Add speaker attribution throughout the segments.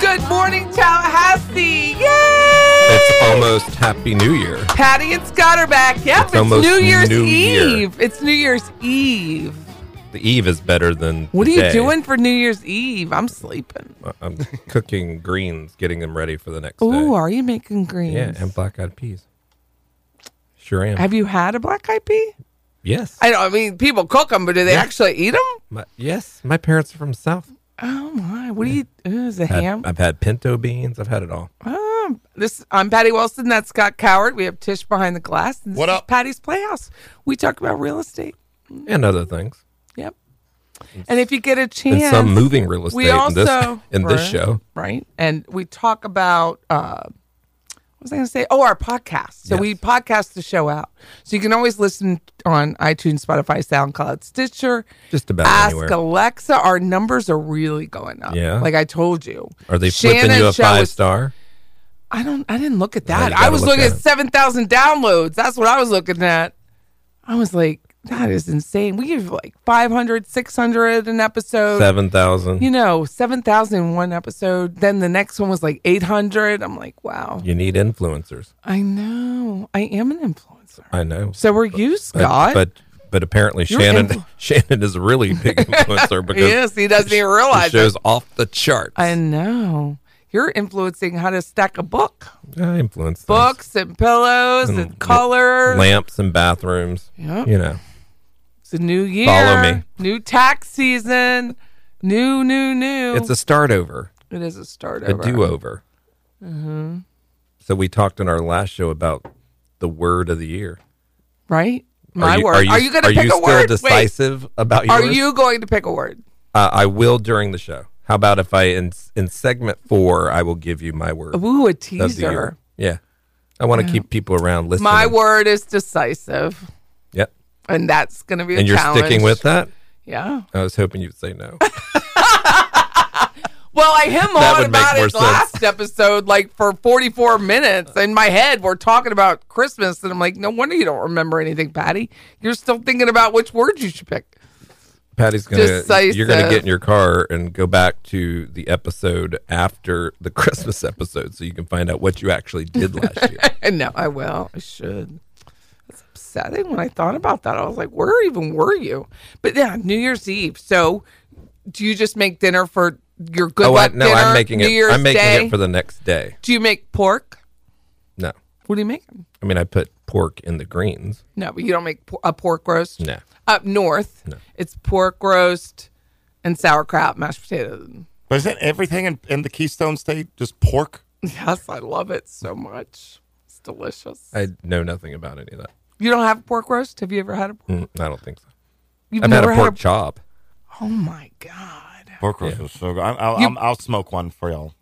Speaker 1: Good morning, Tallahassee! Yay!
Speaker 2: It's almost Happy New Year.
Speaker 1: Patty and Scott are back. Yep, it's,
Speaker 2: almost
Speaker 1: New Year's
Speaker 2: New Year.
Speaker 1: Eve. It's New Year's Eve.
Speaker 2: The eve is better than.
Speaker 1: What are
Speaker 2: the
Speaker 1: you
Speaker 2: day.
Speaker 1: doing for New Year's Eve? I'm sleeping.
Speaker 2: I'm cooking greens, getting them ready for the next
Speaker 1: Ooh,
Speaker 2: day.
Speaker 1: are you making greens?
Speaker 2: Yeah, and black eyed peas. Sure am.
Speaker 1: Have you had a black eyed pea?
Speaker 2: yes.
Speaker 1: I don't. I mean, people cook them, but do they
Speaker 2: Yeah.
Speaker 1: actually eat them?
Speaker 2: my, yes. My parents are from the South.
Speaker 1: Oh my! What do you? Ooh, is it
Speaker 2: Had-
Speaker 1: ham?
Speaker 2: I've had pinto beans. I've had it all.
Speaker 1: Um, this I'm Patty Wilson. That's Scott Coward. We have Tish behind the glass. And this
Speaker 3: What
Speaker 1: is
Speaker 3: up?
Speaker 1: Patty's Playhouse. We talk about real estate.
Speaker 2: And other things.
Speaker 1: Yep. And if you get a
Speaker 2: And
Speaker 1: chance,
Speaker 2: some moving real estate
Speaker 1: we also
Speaker 2: in this, in this
Speaker 1: right,
Speaker 2: show.
Speaker 1: right? And we talk about uh, what was I going to say? Oh, our podcast. So we
Speaker 2: Yes.
Speaker 1: podcast the show out, so you can always listen on iTunes, Spotify, SoundCloud, Stitcher.
Speaker 2: Just about
Speaker 1: Ask
Speaker 2: anywhere.
Speaker 1: Alexa. Our numbers are really going up.
Speaker 2: Yeah.
Speaker 1: like I told you.
Speaker 2: Are they
Speaker 1: Shannon
Speaker 2: flipping you a
Speaker 1: show
Speaker 2: five
Speaker 1: is-
Speaker 2: star?
Speaker 1: I don't. I didn't look at
Speaker 2: No, you
Speaker 1: that. I
Speaker 2: gotta
Speaker 1: was
Speaker 2: look
Speaker 1: looking
Speaker 2: at
Speaker 1: at
Speaker 2: it.
Speaker 1: seven thousand downloads. That's what I was looking at. I was like, that is insane. We give like 500, 600 an episode.
Speaker 2: Seven thousand.
Speaker 1: You know, seven thousand in one episode. Then the next one was like eight hundred. I'm like, wow.
Speaker 2: You need influencers.
Speaker 1: I know. I am an influencer.
Speaker 2: I know.
Speaker 1: So are you,
Speaker 2: But-
Speaker 1: Scott?
Speaker 2: But but apparently
Speaker 1: You're
Speaker 2: Shannon
Speaker 1: influ-
Speaker 2: Shannon is a really big influencer because
Speaker 1: Yes, he doesn't even
Speaker 2: the
Speaker 1: realize it.
Speaker 2: show's off the charts.
Speaker 1: I know. You're influencing how to stack a book,
Speaker 2: I influence things.
Speaker 1: books and pillows and, colors.
Speaker 2: lamps and bathrooms.
Speaker 1: Yep.
Speaker 2: You know,
Speaker 1: It's a new year.
Speaker 2: Follow me.
Speaker 1: New tax season. New, new, new.
Speaker 2: it's a start over,
Speaker 1: it is a start
Speaker 2: a
Speaker 1: over. Mm-hmm.
Speaker 2: do over. So we talked in our last show about the word of the year.
Speaker 1: right? My
Speaker 2: are you,
Speaker 1: word.
Speaker 2: Are you,
Speaker 1: going to
Speaker 2: are
Speaker 1: pick
Speaker 2: you
Speaker 1: a
Speaker 2: still
Speaker 1: word? Wait,
Speaker 2: decisive about yours?
Speaker 1: are you going to pick a word?
Speaker 2: Uh, I will during the show. How about if I in in segment four, I will give you my word
Speaker 1: Ooh, a
Speaker 2: of the
Speaker 1: teaser.
Speaker 2: year. Yeah, I want to keep people around listening.
Speaker 1: My word is decisive,
Speaker 2: Yep.
Speaker 1: and that's going to be a
Speaker 2: And you're
Speaker 1: challenge.
Speaker 2: sticking with that?
Speaker 1: Yeah.
Speaker 2: I was hoping you'd say no.
Speaker 1: Well, I him
Speaker 2: That
Speaker 1: on
Speaker 2: would make
Speaker 1: about
Speaker 2: more
Speaker 1: it
Speaker 2: sense.
Speaker 1: last episode, like for 44 minutes. In my head, we're talking about Christmas, and I'm like, no wonder you don't remember anything, Patty. You're still thinking about which word you should pick.
Speaker 2: Patty's gonna
Speaker 1: Decisive.
Speaker 2: you're gonna get in your car and go back to the episode after the Christmas episode so you can find out what you actually did last year.
Speaker 1: And no, I will. I should. That's upsetting when I thought about that. I was like, where even were you? But yeah, New Year's Eve. So do you just make dinner for your good
Speaker 2: oh, I,
Speaker 1: luck
Speaker 2: no,
Speaker 1: dinner?
Speaker 2: I'm making
Speaker 1: New
Speaker 2: it.
Speaker 1: Year's
Speaker 2: I'm making
Speaker 1: Day?
Speaker 2: it for the next day.
Speaker 1: Do you make pork?
Speaker 2: No,
Speaker 1: What do you making?
Speaker 2: I mean I put pork in the greens.
Speaker 1: No, but you don't make po- a pork roast?
Speaker 2: No,
Speaker 1: Up north, it's pork roast and sauerkraut, mashed potatoes.
Speaker 3: But isn't everything in, in the Keystone State just pork?
Speaker 1: Yes, I love it so much. It's delicious.
Speaker 2: I know nothing about any of that.
Speaker 1: You don't have pork roast? Have you ever had a pork?
Speaker 2: Mm, I don't think so.
Speaker 1: You've
Speaker 2: I've had
Speaker 1: never
Speaker 2: a pork
Speaker 1: had
Speaker 2: chop.
Speaker 1: a. Oh my god!
Speaker 3: Pork roast is so good. I, I'll,
Speaker 1: You-
Speaker 3: I'm, I'll smoke one for y'all.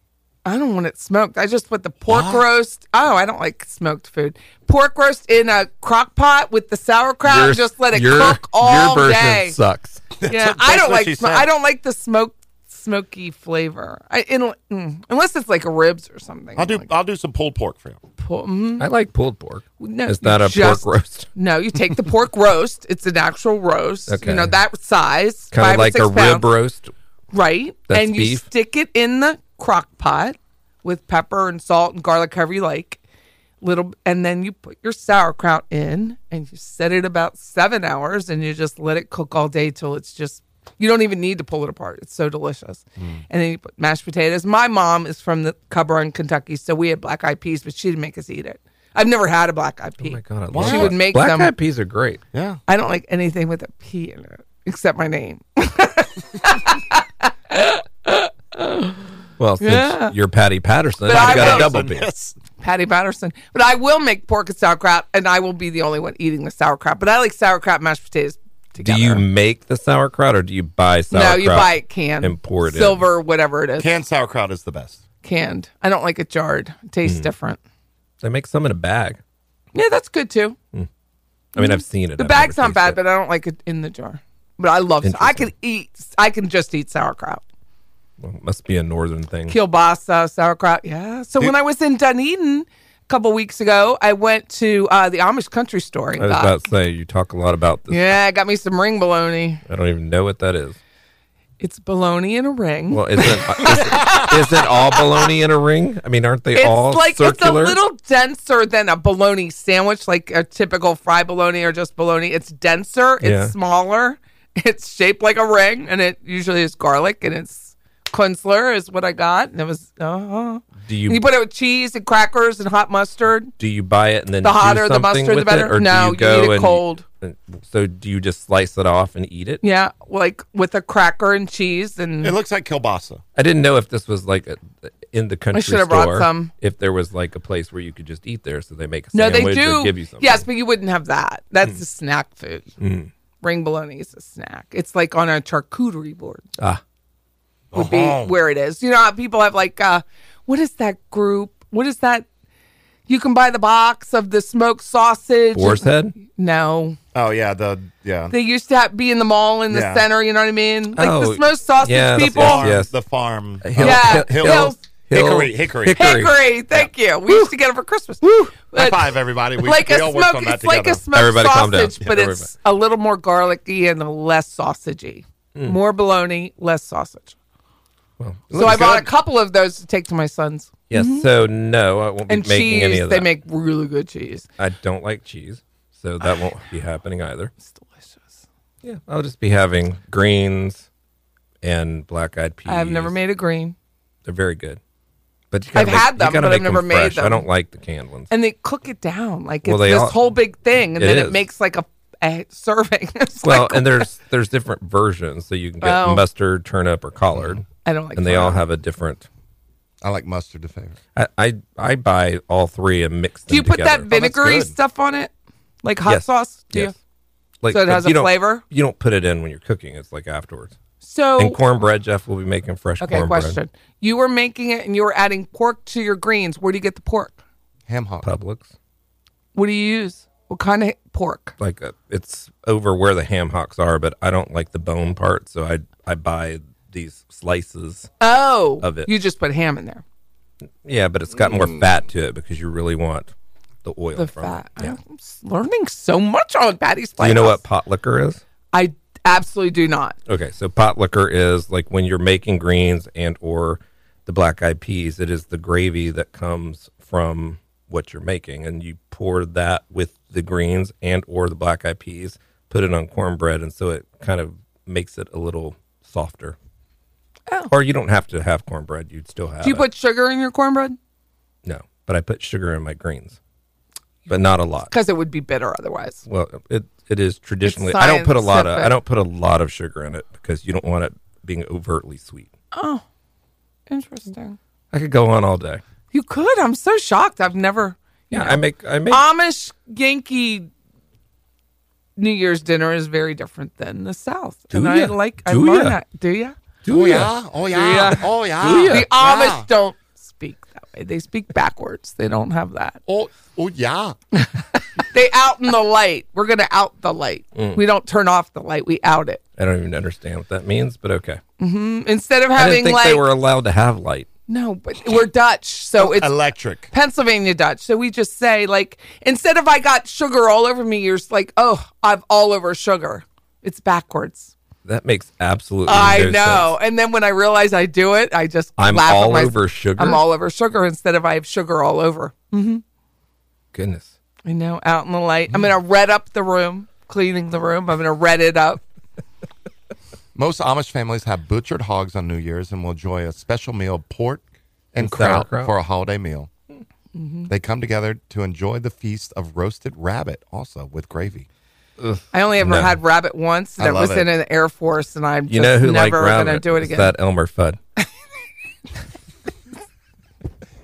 Speaker 1: I don't want it smoked. I just put the pork roast. Oh, I don't like smoked food. Pork roast in a crock pot with the sauerkraut.
Speaker 2: Your-
Speaker 1: just let it
Speaker 2: your-
Speaker 1: cook all
Speaker 2: your version
Speaker 1: day. Mm-hmm.
Speaker 2: Sucks.
Speaker 1: Yeah,
Speaker 3: That's
Speaker 1: I don't
Speaker 3: what
Speaker 1: like.
Speaker 3: she
Speaker 1: sm-
Speaker 3: said.
Speaker 1: I don't like the smoked smoky flavor. I in, mm, unless it's like ribs or something.
Speaker 3: I'll do
Speaker 1: Like,
Speaker 3: I'll do some pulled pork for y'all.
Speaker 1: pull- mm,
Speaker 2: I like pulled pork.
Speaker 1: No,
Speaker 2: it's not a
Speaker 1: just-
Speaker 2: pork roast.
Speaker 1: no, you take the pork roast. It's an actual roast.
Speaker 2: Okay.
Speaker 1: You know that size,
Speaker 2: Kind
Speaker 1: five
Speaker 2: of
Speaker 1: or
Speaker 2: like
Speaker 1: six
Speaker 2: a
Speaker 1: pounds.
Speaker 2: rib roast.
Speaker 1: Right.
Speaker 2: That's
Speaker 1: and you
Speaker 2: beef.
Speaker 1: stick it in the crock pot with pepper and salt and garlic, however you like. Little and then you put your sauerkraut in and you set it about seven hours and you just let it cook all day till it's just you don't even need to pull it apart. It's so delicious.
Speaker 2: Mm.
Speaker 1: And then you put mashed potatoes. My mom is from the Cumberland, Kentucky, so we had black eyed peas, but she didn't make us eat it. I've never had a black eyed pea.
Speaker 2: Oh my god, I love
Speaker 3: She
Speaker 2: that.
Speaker 1: would make
Speaker 2: black
Speaker 1: them-
Speaker 2: eyed peas are great.
Speaker 3: Yeah.
Speaker 1: I don't like anything with a P in it except my name.
Speaker 2: Well, since
Speaker 1: Yeah.
Speaker 2: you're Patty Patterson, you
Speaker 1: But I
Speaker 2: got a
Speaker 1: will-
Speaker 2: double P.
Speaker 3: Yes.
Speaker 1: Patty Patterson. But I will make pork and sauerkraut, and I will be the only one eating the sauerkraut. But I like sauerkraut and mashed potatoes
Speaker 2: Do
Speaker 1: together.
Speaker 2: you make the sauerkraut or do you buy
Speaker 1: No,
Speaker 2: sauerkraut?
Speaker 1: you buy it canned,
Speaker 2: and pour it in.
Speaker 1: silver, whatever it is,
Speaker 3: Canned sauerkraut is the best.
Speaker 1: canned. I don't like it jarred. It tastes
Speaker 2: Hmm.
Speaker 1: different.
Speaker 2: They make some in a bag.
Speaker 1: Yeah, that's good too.
Speaker 2: I mean, I've seen it.
Speaker 1: The bag's not bad, but I don't like it in the jar. But I love. I
Speaker 2: Interesting.
Speaker 1: can eat. I can just eat sauerkraut.
Speaker 2: but must be a northern thing.
Speaker 1: kielbasa, sauerkraut. Yeah. So when I was in Dunedin a couple weeks ago, I went to uh, the Amish Country Store. and
Speaker 2: I was
Speaker 1: got-
Speaker 2: about to say you talk a lot about this.
Speaker 1: yeah, I got me some ring bologna.
Speaker 2: I don't even know what that is.
Speaker 1: It's bologna in a ring.
Speaker 2: Well, isn't is, is it all bologna in a ring? I mean, aren't they
Speaker 1: it's
Speaker 2: all
Speaker 1: like
Speaker 2: circular?
Speaker 1: it's a little denser than a bologna sandwich, like a typical fry bologna or just bologna. It's denser, it's
Speaker 2: Yeah.
Speaker 1: smaller, it's shaped like a ring, and it usually is garlic and it's Kunstler is what I got, and it was. Uh,
Speaker 2: do
Speaker 1: you,
Speaker 2: you
Speaker 1: you put it with cheese and crackers and hot mustard.
Speaker 2: do you buy it and then
Speaker 1: The
Speaker 2: do
Speaker 1: hotter the
Speaker 2: something
Speaker 1: mustard, the
Speaker 2: with
Speaker 1: better.
Speaker 2: It, or
Speaker 1: No,
Speaker 2: do
Speaker 1: you
Speaker 2: you
Speaker 1: eat
Speaker 2: go
Speaker 1: it
Speaker 2: and- uh,
Speaker 1: cold.
Speaker 2: So do you just slice it off and eat it?
Speaker 1: Yeah, like with a cracker and cheese, and
Speaker 3: It looks like kielbasa.
Speaker 2: I didn't know if this was like a, in the country
Speaker 1: should have
Speaker 2: store.
Speaker 1: brought some.
Speaker 2: If there was like a place where you could just eat there, so they make a
Speaker 1: no,
Speaker 2: sandwich
Speaker 1: they do
Speaker 2: or give you something. Hmm.
Speaker 1: Yes, but you wouldn't have that. That's a snack food. Ring bologna is a snack. It's like on a charcuterie board.
Speaker 2: Ah,
Speaker 1: would be
Speaker 3: Uh-huh.
Speaker 1: where it is. You know how people have like uh what is that group? What is that you can buy the box of the smoked sausage.
Speaker 2: boar's head.
Speaker 1: No.
Speaker 3: Oh yeah, the yeah.
Speaker 1: They used to have, be in the mall in the
Speaker 3: Yeah.
Speaker 1: center, you know what I mean? Like
Speaker 2: Oh,
Speaker 1: the smoked sausage
Speaker 2: yeah, that's-
Speaker 1: people.
Speaker 2: yes, yes.
Speaker 3: The farm.
Speaker 2: Hill-
Speaker 1: Yeah,
Speaker 2: hill-
Speaker 1: Uh, Hill-
Speaker 2: hill-
Speaker 3: Hickory, hickory.
Speaker 2: hickory.
Speaker 1: Hickory, thank you. We used to get it for Christmas. But
Speaker 3: High five, everybody. We,
Speaker 1: uh, like
Speaker 3: we
Speaker 1: a
Speaker 3: all worked
Speaker 1: smoke,
Speaker 3: on that
Speaker 1: it's like a
Speaker 3: together.
Speaker 1: smoked
Speaker 2: Everybody calm down.
Speaker 1: sausage, but
Speaker 2: Yeah,
Speaker 1: it's a little more garlicky and less sausagey.
Speaker 3: Mm.
Speaker 1: More bologna, less sausage. so I bought a couple of those to take to my sons.
Speaker 2: Yes. So no, I won't be
Speaker 1: Mm-hmm. and
Speaker 2: making
Speaker 1: cheese.
Speaker 2: any of that.
Speaker 1: They make really good cheese.
Speaker 2: I don't like cheese, so that won't be happening either.
Speaker 1: It's delicious.
Speaker 2: Yeah, I'll just be having greens and black-eyed peas.
Speaker 1: I've never made a green,
Speaker 2: They're very good, but you gotta
Speaker 1: I've
Speaker 2: make-
Speaker 1: had
Speaker 2: you
Speaker 1: them,
Speaker 2: gotta
Speaker 1: but I've
Speaker 2: make 'em
Speaker 1: never made
Speaker 2: fresh. I
Speaker 1: them.
Speaker 2: don't like the canned ones.
Speaker 1: and they cook it down like
Speaker 2: Well,
Speaker 1: it's
Speaker 2: they
Speaker 1: this
Speaker 2: all-
Speaker 1: whole big thing, and
Speaker 2: It
Speaker 1: then it
Speaker 2: is.
Speaker 1: makes like a, a serving. It's
Speaker 2: Well,
Speaker 1: like,
Speaker 2: and there's there's different versions, so you can get
Speaker 1: Oh.
Speaker 2: mustard, turnip, or collard,
Speaker 1: I don't like.
Speaker 2: and they all
Speaker 1: that.
Speaker 2: have a different.
Speaker 3: I like mustard to favorite.
Speaker 2: I I, I buy all three and mix them
Speaker 1: Do you put that
Speaker 2: together.
Speaker 1: vinegary
Speaker 3: Oh, good.
Speaker 1: stuff on it, like hot
Speaker 2: Yes.
Speaker 1: sauce? Do
Speaker 2: Yes.
Speaker 1: you?
Speaker 2: Like,
Speaker 1: So it
Speaker 2: but
Speaker 1: has
Speaker 2: you
Speaker 1: a
Speaker 2: don't-
Speaker 1: flavor?
Speaker 2: You don't put it in when you're cooking. It's like afterwards.
Speaker 1: So
Speaker 2: And cornbread, Jeff will be making fresh
Speaker 1: okay,
Speaker 2: cornbread.
Speaker 1: question. You were making it, and you were adding pork to your greens. Where do you get the pork?
Speaker 3: Ham hock.
Speaker 2: Publix,
Speaker 1: What do you use? What kind of pork?
Speaker 2: like uh it's over where the ham hocks are, but I don't like the bone part, so I I buy these slices.
Speaker 1: Oh,
Speaker 2: Of it.
Speaker 1: You just put ham in there.
Speaker 2: Yeah, but it's got more fat to it because you really want the oil
Speaker 1: Mm. The
Speaker 2: from
Speaker 1: fat.
Speaker 2: it. Yeah.
Speaker 1: I'm s- learning so much on Patty's.
Speaker 2: Do you know
Speaker 1: Playhouse.
Speaker 2: what pot liquor is?
Speaker 1: I Absolutely do not.
Speaker 2: Okay, so pot liquor is like when you're making greens and or the black eyed peas, it is the gravy that comes from what you're making and you pour that with the greens and or the black eyed peas, put it on cornbread and so it kind of makes it a little softer. Or you don't have to have cornbread, you'd still have
Speaker 1: Oh. Do you
Speaker 2: it.
Speaker 1: put sugar in your cornbread?
Speaker 2: No, but I put sugar in my greens. But not a lot.
Speaker 1: Because it would be bitter otherwise.
Speaker 2: Well, it it is traditionally I don't put a lot of I
Speaker 1: scientific.
Speaker 2: don't put a lot of sugar in it because you don't want it being overtly sweet.
Speaker 1: Interesting.
Speaker 2: I could go on all day.
Speaker 1: You could. I'm so shocked. I've never.
Speaker 2: Yeah, I make I make
Speaker 1: Amish Yankee New Year's dinner is very different than the South.
Speaker 2: Do
Speaker 1: and I
Speaker 2: ya?
Speaker 1: like, I
Speaker 2: Do
Speaker 1: learned
Speaker 2: ya?
Speaker 1: that. Do you?
Speaker 2: do
Speaker 3: Oh
Speaker 1: yeah.
Speaker 3: Oh yeah.
Speaker 2: Do ya?
Speaker 1: The Amish don't speak that way. They speak backwards. They don't have that.
Speaker 3: Oh, oh yeah.
Speaker 1: They out in the light. We're going to out the light.
Speaker 2: Mm.
Speaker 1: We don't turn off the light. We out it. Mm,
Speaker 2: I don't even understand what that means, but okay.
Speaker 1: Instead of
Speaker 2: I didn't
Speaker 1: having
Speaker 2: think
Speaker 1: like
Speaker 2: they were Oh, allowed to have light.
Speaker 1: no, but we're Dutch, so it's
Speaker 3: Electric.
Speaker 1: Pennsylvania Dutch. So we just say like instead of I got sugar all over me, you're just like oh I've all over sugar. It's backwards.
Speaker 2: That makes absolutely
Speaker 1: I
Speaker 2: no
Speaker 1: know.
Speaker 2: sense.
Speaker 1: And then when I realize I do it, I just
Speaker 2: I'm
Speaker 1: laugh at
Speaker 2: all
Speaker 1: myself.
Speaker 2: over sugar?
Speaker 1: I'm all over sugar instead of I have sugar all over.
Speaker 2: Goodness.
Speaker 1: I know, out in the light. I'm gonna red up the room, cleaning the room. I'm gonna red it up.
Speaker 3: Most Amish families have butchered hogs on New Year's and will enjoy a special meal of pork and,
Speaker 2: And
Speaker 3: kraut
Speaker 2: sauerkraut.
Speaker 3: for a holiday meal. They come together to enjoy the feast of roasted rabbit, also with gravy.
Speaker 1: I only ever
Speaker 2: No.
Speaker 1: had rabbit once.
Speaker 3: I
Speaker 1: That
Speaker 3: love
Speaker 1: was in
Speaker 3: it.
Speaker 1: an Air Force, and I'm
Speaker 2: You
Speaker 1: just
Speaker 2: know who like
Speaker 1: never
Speaker 2: rabbit?
Speaker 1: gonna do it
Speaker 2: It's
Speaker 1: again.
Speaker 2: that Elmer Fudd.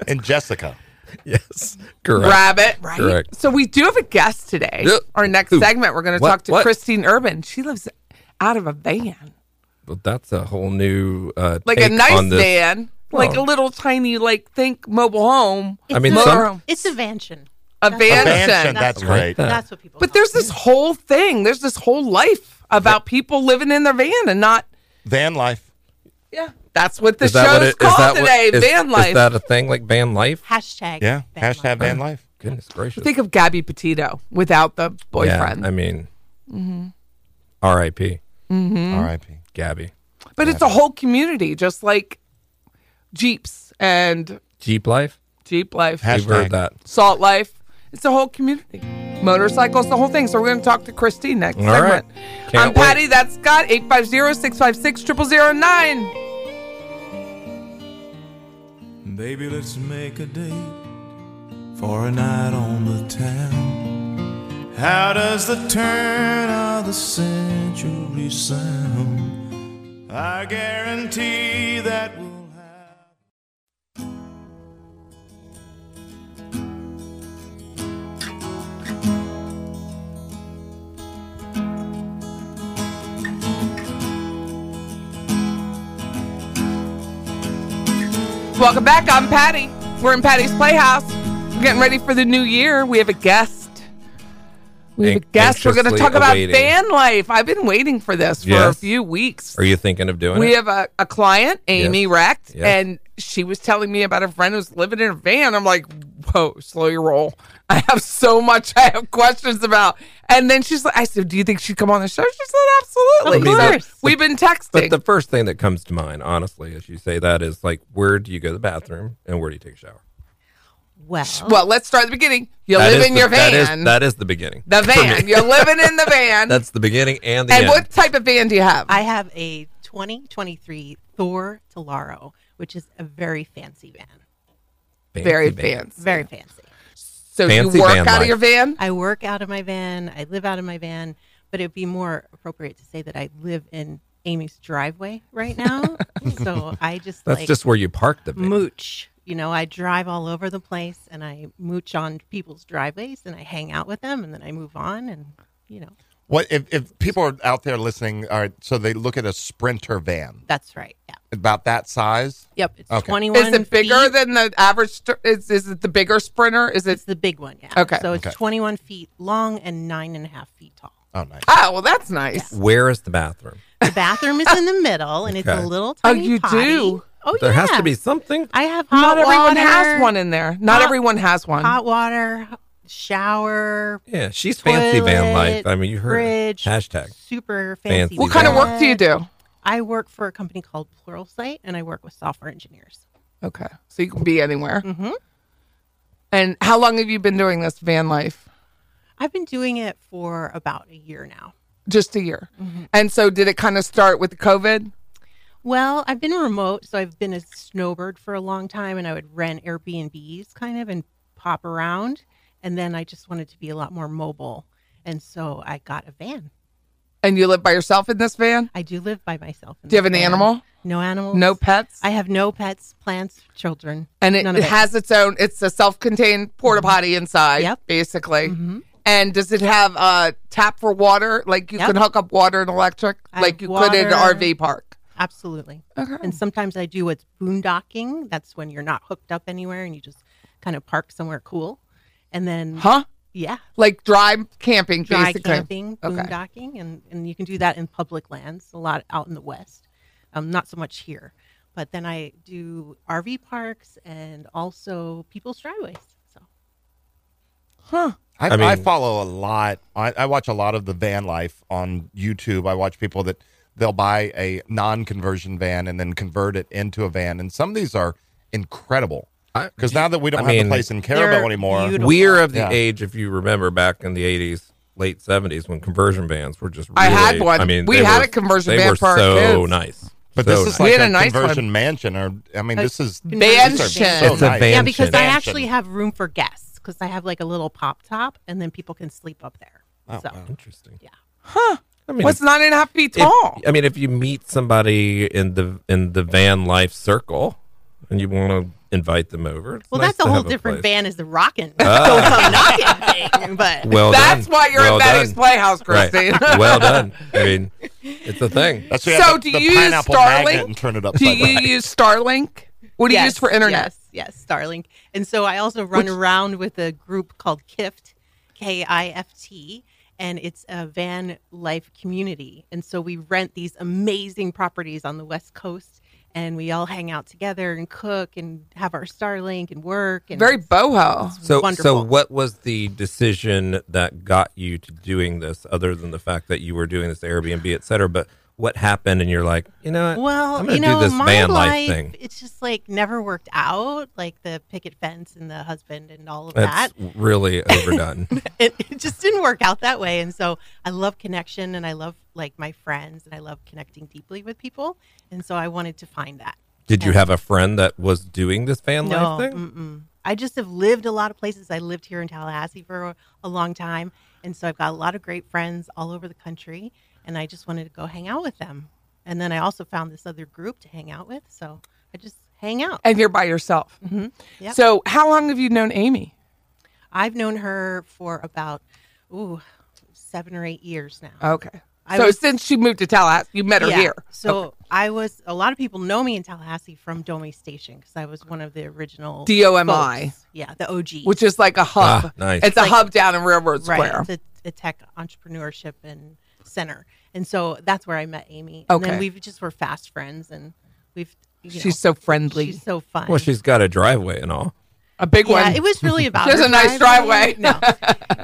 Speaker 3: And Jessica.
Speaker 2: yes. Correct.
Speaker 1: rabbit, right?
Speaker 2: Correct.
Speaker 1: So we do have a guest today.
Speaker 2: Yep.
Speaker 1: Our next
Speaker 2: Who?
Speaker 1: segment, we're going to
Speaker 2: What?
Speaker 1: talk to
Speaker 2: What?
Speaker 1: Christine Urban. She lives out of a van,
Speaker 2: Well, that's a whole new uh
Speaker 1: like
Speaker 2: take
Speaker 1: a nice
Speaker 2: on this.
Speaker 1: van, like a
Speaker 2: Oh.
Speaker 1: little tiny, like think mobile home,
Speaker 2: I mean,
Speaker 1: Motor
Speaker 2: some,
Speaker 1: home.
Speaker 4: It's a mansion.
Speaker 1: a
Speaker 3: A
Speaker 1: van.
Speaker 3: mansion,
Speaker 1: shed.
Speaker 3: That's
Speaker 2: I like
Speaker 3: great.
Speaker 2: that.
Speaker 4: That's what people.
Speaker 1: But
Speaker 4: call
Speaker 1: there's
Speaker 4: it.
Speaker 1: this whole thing. There's this whole life about people living in their van and not.
Speaker 3: Van life.
Speaker 1: Yeah, that's what the
Speaker 2: is that
Speaker 1: show's
Speaker 2: what it, is
Speaker 1: called
Speaker 2: that what-
Speaker 1: today.
Speaker 2: is-
Speaker 1: van life.
Speaker 2: Is that a thing like van life?
Speaker 4: hashtag.
Speaker 3: Yeah.
Speaker 4: van
Speaker 3: Hashtag
Speaker 4: life.
Speaker 3: van life.
Speaker 2: Goodness gracious.
Speaker 1: Think of Gabby Petito without the boyfriend. Mm-hmm.
Speaker 2: Yeah, I mean, R.I.P.
Speaker 3: R.I.P.
Speaker 2: Gabby.
Speaker 1: but it's a whole community, just like Jeeps and
Speaker 2: Jeep life.
Speaker 1: Jeep life.
Speaker 3: Hashtag.
Speaker 2: We've heard that.
Speaker 1: salt life. It's the whole community. Motorcycles, the whole thing. So we're going to talk to Christine next
Speaker 2: All right.
Speaker 1: segment.
Speaker 2: Can't
Speaker 1: I'm
Speaker 2: wait.
Speaker 1: Patty, that's Scott, 850-656-0009.
Speaker 5: Baby, let's make a date for a night on the town. How does the turn of the century sound? I guarantee that we'll have.
Speaker 1: Welcome back. I'm Patty. We're in Patty's Playhouse. We're getting ready for the new year. We have a guest. We have a
Speaker 2: An-
Speaker 1: guest. We're going to
Speaker 2: anxiously
Speaker 1: talk about
Speaker 2: awaiting.
Speaker 1: van life. I've been waiting for this for a
Speaker 2: Yes.
Speaker 1: few weeks.
Speaker 2: Are you thinking of doing
Speaker 1: We
Speaker 2: it?
Speaker 1: have a, a client, Amy
Speaker 2: Yes.
Speaker 1: Recht,
Speaker 2: Yes.
Speaker 1: and she was telling me about a friend who's living in a van. I'm like, whoa, slow your roll. I have so much I have questions about. And then she's like, I said, do you think she'd come on the show? She said, absolutely.
Speaker 2: Of
Speaker 1: So
Speaker 2: course.
Speaker 1: We've been texting.
Speaker 2: But the first thing that comes to mind, honestly, as you say that, is like, where do you go to the bathroom and where do you take a shower?
Speaker 4: Well,
Speaker 1: well, let's start at the beginning. You
Speaker 2: That
Speaker 1: live
Speaker 2: is
Speaker 1: in
Speaker 2: the-
Speaker 1: your van.
Speaker 2: That is, that is the beginning.
Speaker 1: the
Speaker 2: for me.
Speaker 1: van. You're living in the van.
Speaker 2: That's the beginning and the
Speaker 1: and
Speaker 2: end.
Speaker 1: what type of van do you have?
Speaker 4: I have a 2023 Thor Tolaro, which is a very fancy van.
Speaker 2: Fancy
Speaker 1: Very
Speaker 2: van.
Speaker 1: fancy.
Speaker 4: Very fancy.
Speaker 1: So
Speaker 2: Fancy
Speaker 1: you work
Speaker 2: van
Speaker 1: out of
Speaker 2: life.
Speaker 1: your van?
Speaker 4: I work out of my van. I live out of my van, but it'd be more appropriate to say that I live in Amy's driveway right now. so I just
Speaker 2: That's
Speaker 4: like
Speaker 2: just where you park the van.
Speaker 4: mooch. You know, I drive all over the place and I mooch on people's driveways and I hang out with them and then I move on and you know
Speaker 3: What if, if people are out there listening? All right, so they look at a sprinter van
Speaker 4: that's right. Yeah.
Speaker 3: about that size.
Speaker 4: Yep. It's
Speaker 3: Okay.
Speaker 4: 21.
Speaker 1: Is it bigger
Speaker 4: feet.
Speaker 1: than the average? st- Is, is it the bigger sprinter? Is it?
Speaker 4: It's the big one. Yeah.
Speaker 1: Okay.
Speaker 4: So it's
Speaker 3: Okay.
Speaker 4: 21 feet long and nine and a half feet tall.
Speaker 3: Oh, nice.
Speaker 1: Oh, well, that's nice.
Speaker 2: Where is the bathroom?
Speaker 4: The bathroom is in the middle and it's
Speaker 2: Okay.
Speaker 4: a little
Speaker 1: Oh,
Speaker 4: tiny
Speaker 1: you
Speaker 4: potty.
Speaker 1: do?
Speaker 4: Oh,
Speaker 2: There
Speaker 4: yeah.
Speaker 2: has to be something.
Speaker 4: I have hot
Speaker 1: Not everyone
Speaker 4: water,
Speaker 1: has one in there. Not
Speaker 4: Hot-
Speaker 1: everyone has one.
Speaker 4: Hot water, shower.
Speaker 2: Yeah, she's fancy van life.
Speaker 4: toilet,
Speaker 2: I mean, you heard it.
Speaker 4: fridge,
Speaker 2: hashtag.
Speaker 4: super
Speaker 2: Fancy
Speaker 4: fancy.
Speaker 1: What kind of work do you do?
Speaker 4: I work for a company called Pluralsight, and I work with software engineers.
Speaker 1: Okay. So you can be anywhere. Mm-hmm. And how long have you been doing this van life?
Speaker 4: I've been doing it for about a year now.
Speaker 1: Just a year.
Speaker 4: Mm-hmm.
Speaker 1: And so did it kind of start with COVID?
Speaker 4: Well, I've been remote, so I've been a snowbird for a long time, and I would rent Airbnbs kind of and pop around. And then I just wanted to be a lot more mobile. And so I got a van.
Speaker 1: And you live by yourself in this van?
Speaker 4: I do live by myself. in
Speaker 1: Do you
Speaker 4: this
Speaker 1: have an
Speaker 4: van.
Speaker 1: animal?
Speaker 4: No animals.
Speaker 1: No pets?
Speaker 4: I have no pets, plants, children.
Speaker 1: and it,
Speaker 4: none
Speaker 1: it
Speaker 4: of Mm-hmm.
Speaker 1: has its own, it's a self contained porta potty inside,
Speaker 4: Yep. Mm-hmm.
Speaker 1: basically. And does it have a tap for water? Like you
Speaker 4: Yep.
Speaker 1: can hook up water and electric,
Speaker 4: I
Speaker 1: like
Speaker 4: have
Speaker 1: you could at an
Speaker 4: water.
Speaker 1: RV park.
Speaker 4: Absolutely. Okay. And sometimes I do what's boondocking. That's when you're not hooked up anywhere and you just kind of park somewhere cool. And then,
Speaker 1: Huh?
Speaker 4: yeah,
Speaker 1: Like dry camping,
Speaker 4: dry
Speaker 1: basically.
Speaker 4: camping, boondocking. And, and you can do that in public lands a lot out in the West. Um, not so much here. But then I do RV parks and also people's driveways. So
Speaker 3: I, I,
Speaker 2: I mean-
Speaker 3: follow a lot. I, I watch a lot of the van life on YouTube. I watch people that they'll buy a non-conversion van and then convert it into a van, and some of these are incredible.
Speaker 2: I-
Speaker 3: Because now that we don't
Speaker 2: I
Speaker 3: have
Speaker 2: mean,
Speaker 3: the place in
Speaker 4: they're
Speaker 3: Carabel anymore,
Speaker 4: beautiful.
Speaker 2: We're of the
Speaker 3: Yeah.
Speaker 2: age, if you remember back in the 80s, late 70s, when conversion vans were just really.
Speaker 1: I had one.
Speaker 2: I mean,
Speaker 1: We
Speaker 2: they
Speaker 1: had
Speaker 2: were-
Speaker 1: a conversion
Speaker 2: they
Speaker 1: van
Speaker 2: were
Speaker 1: for our
Speaker 2: so
Speaker 1: kids.
Speaker 2: nice.
Speaker 3: but
Speaker 2: So
Speaker 3: this
Speaker 2: nice.
Speaker 3: is
Speaker 1: We
Speaker 3: like
Speaker 1: had
Speaker 3: a,
Speaker 1: a nice
Speaker 3: conversion mansion, or I mean, this is
Speaker 1: Van
Speaker 4: Van
Speaker 3: these are
Speaker 1: shed.
Speaker 3: so
Speaker 2: It's a
Speaker 3: nice.
Speaker 2: van
Speaker 4: Yeah, because I
Speaker 2: Mansion.
Speaker 4: actually have room for guests because I have like a little pop top and then people can sleep up there.
Speaker 2: Oh,
Speaker 4: so
Speaker 2: interesting.
Speaker 4: Yeah.
Speaker 2: I mean,
Speaker 1: What's nine and a half feet
Speaker 2: if-
Speaker 1: tall?
Speaker 2: I mean, if you meet somebody in the in the van life circle, and you want to invite them over, it's
Speaker 4: Well,
Speaker 2: nice
Speaker 4: that's a
Speaker 2: to
Speaker 4: whole
Speaker 2: have
Speaker 4: different
Speaker 2: place.
Speaker 4: van as the rockin' don't come knocking thing. But
Speaker 2: Ah. Well,
Speaker 1: That's
Speaker 2: done.
Speaker 1: why you're
Speaker 2: well
Speaker 1: at Betty's
Speaker 2: done.
Speaker 1: Playhouse, Christine.
Speaker 2: Right. well done. I mean, it's a thing.
Speaker 3: That's why you have
Speaker 1: So
Speaker 3: the,
Speaker 1: do
Speaker 3: the
Speaker 1: you use
Speaker 3: pineapple
Speaker 1: Starlink?
Speaker 3: magnet and turn it upside
Speaker 1: Do you
Speaker 3: down.
Speaker 1: use Starlink? What do you use for internet?
Speaker 4: Yes, yes, Starlink. And so I also run around with a group called KIFT, K I F T, and it's a van life community. And so we rent these amazing properties on the West Coast and we all hang out together and cook and have our Starlink and work. And
Speaker 1: Very boho.
Speaker 2: So, so
Speaker 4: wonderful.
Speaker 2: what was the decision that got you to doing this, other than the fact that you were doing this Airbnb, et cetera? But what happened, and you're like, you know, what?
Speaker 4: Well,
Speaker 2: I'm
Speaker 4: you
Speaker 2: going to
Speaker 4: know,
Speaker 2: do this
Speaker 4: my
Speaker 2: van life
Speaker 4: life,
Speaker 2: thing.
Speaker 4: It's just like never worked out, like the picket fence and the husband and all of
Speaker 2: That's
Speaker 4: that.
Speaker 2: really overdone.
Speaker 4: It, it just didn't work out that way. And so I love connection and I love like my friends and I love connecting deeply with people. And so I wanted to find that.
Speaker 2: Did you have a friend that was doing this van
Speaker 4: No,
Speaker 2: life thing?
Speaker 4: mm-mm. I just have lived a lot of places. I lived here in Tallahassee for a long time. And so I've got a lot of great friends all over the country. And I just wanted to go hang out with them. And then I also found this other group to hang out with. So I just hang out.
Speaker 1: And you're by yourself.
Speaker 4: Mm-hmm. Yep.
Speaker 1: So how long have you known Amy?
Speaker 4: I've known her for about ooh seven or eight years now.
Speaker 2: Oh,
Speaker 1: Okay.
Speaker 4: I
Speaker 1: so
Speaker 4: was-
Speaker 1: since she moved to Tallahassee, you met her
Speaker 4: Yeah.
Speaker 1: here. uh,
Speaker 4: So I was a lot of people know me in Tallahassee from Domi Station because I was one of the original
Speaker 1: DOMI.
Speaker 4: folks. Yeah, the OG.
Speaker 1: Which is like a hub.
Speaker 2: Ah, nice.
Speaker 1: It's a hub down in Railroad
Speaker 4: right,
Speaker 1: Square.
Speaker 4: the, the tech entrepreneurship and center, and so that's where I met Amy. And
Speaker 1: Okay.
Speaker 4: then we just were fast friends, and we've you know,
Speaker 1: She's so friendly.
Speaker 4: she's so fun.
Speaker 2: Well, she's got a driveway and all.
Speaker 1: a big
Speaker 4: yeah,
Speaker 1: one.
Speaker 4: it was really about.
Speaker 1: She has
Speaker 4: her
Speaker 1: a nice
Speaker 4: No,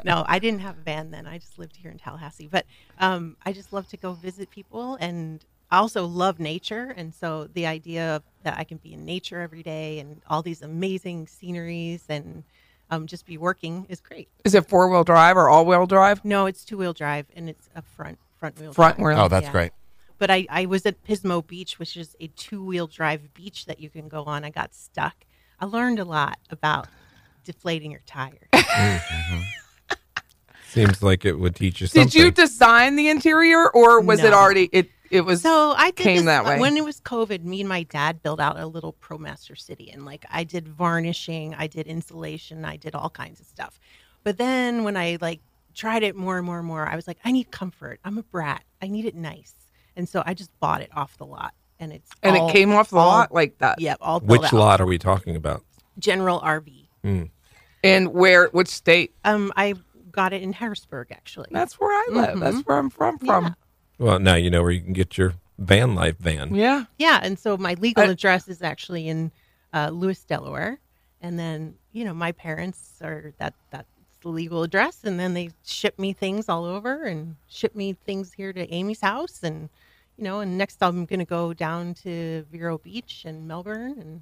Speaker 4: no, I didn't have a van then. I just lived here in Tallahassee, but um, I just love to go visit people, and I also love nature. And so the idea of, that I can be in nature every day and all these amazing sceneries and um, just be working is great.
Speaker 1: is it four wheel drive or all wheel drive?
Speaker 4: No, it's two wheel drive and it's a front front wheel
Speaker 1: Front
Speaker 4: drive.
Speaker 1: wheel.
Speaker 3: Oh, that's
Speaker 4: Yeah.
Speaker 3: great.
Speaker 4: But I, I was at Pismo Beach, which is a two wheel drive beach that you can go on. I got stuck. I learned a lot about deflating your tires.
Speaker 2: Seems like it would teach you something.
Speaker 1: Did you design the interior or was it
Speaker 4: No.
Speaker 1: already it it was
Speaker 4: So I did
Speaker 1: came
Speaker 4: this- uh,
Speaker 1: that way.
Speaker 4: when it was COVID. Me and my dad built out a little ProMaster City, and like I did varnishing, I did insulation, I did all kinds of stuff. But then when I like tried it more and more and more, I was like, I need comfort. I'm a brat. I need it nice, and so I just bought it off the lot, and it's
Speaker 1: and
Speaker 4: all-
Speaker 1: it came off the
Speaker 4: all-
Speaker 1: lot like uh, that?
Speaker 4: Yep, all built
Speaker 2: Which
Speaker 4: out.
Speaker 2: lot are we talking about?
Speaker 4: General RV.
Speaker 1: And where which state?
Speaker 4: Um, I got it in Harrisburg actually.
Speaker 1: That's where I live. That's where I'm from from.
Speaker 2: Well, now you know where you can get your van life van.
Speaker 1: Yeah.
Speaker 4: Yeah, and so my legal
Speaker 1: I-
Speaker 4: address is actually in uh, Lewis, Delaware, and then you know my parents are that that's the legal address, and then they ship me things all over and ship me things here to Amy's house, and you know, and next I'm gonna go down to Vero Beach and Melbourne and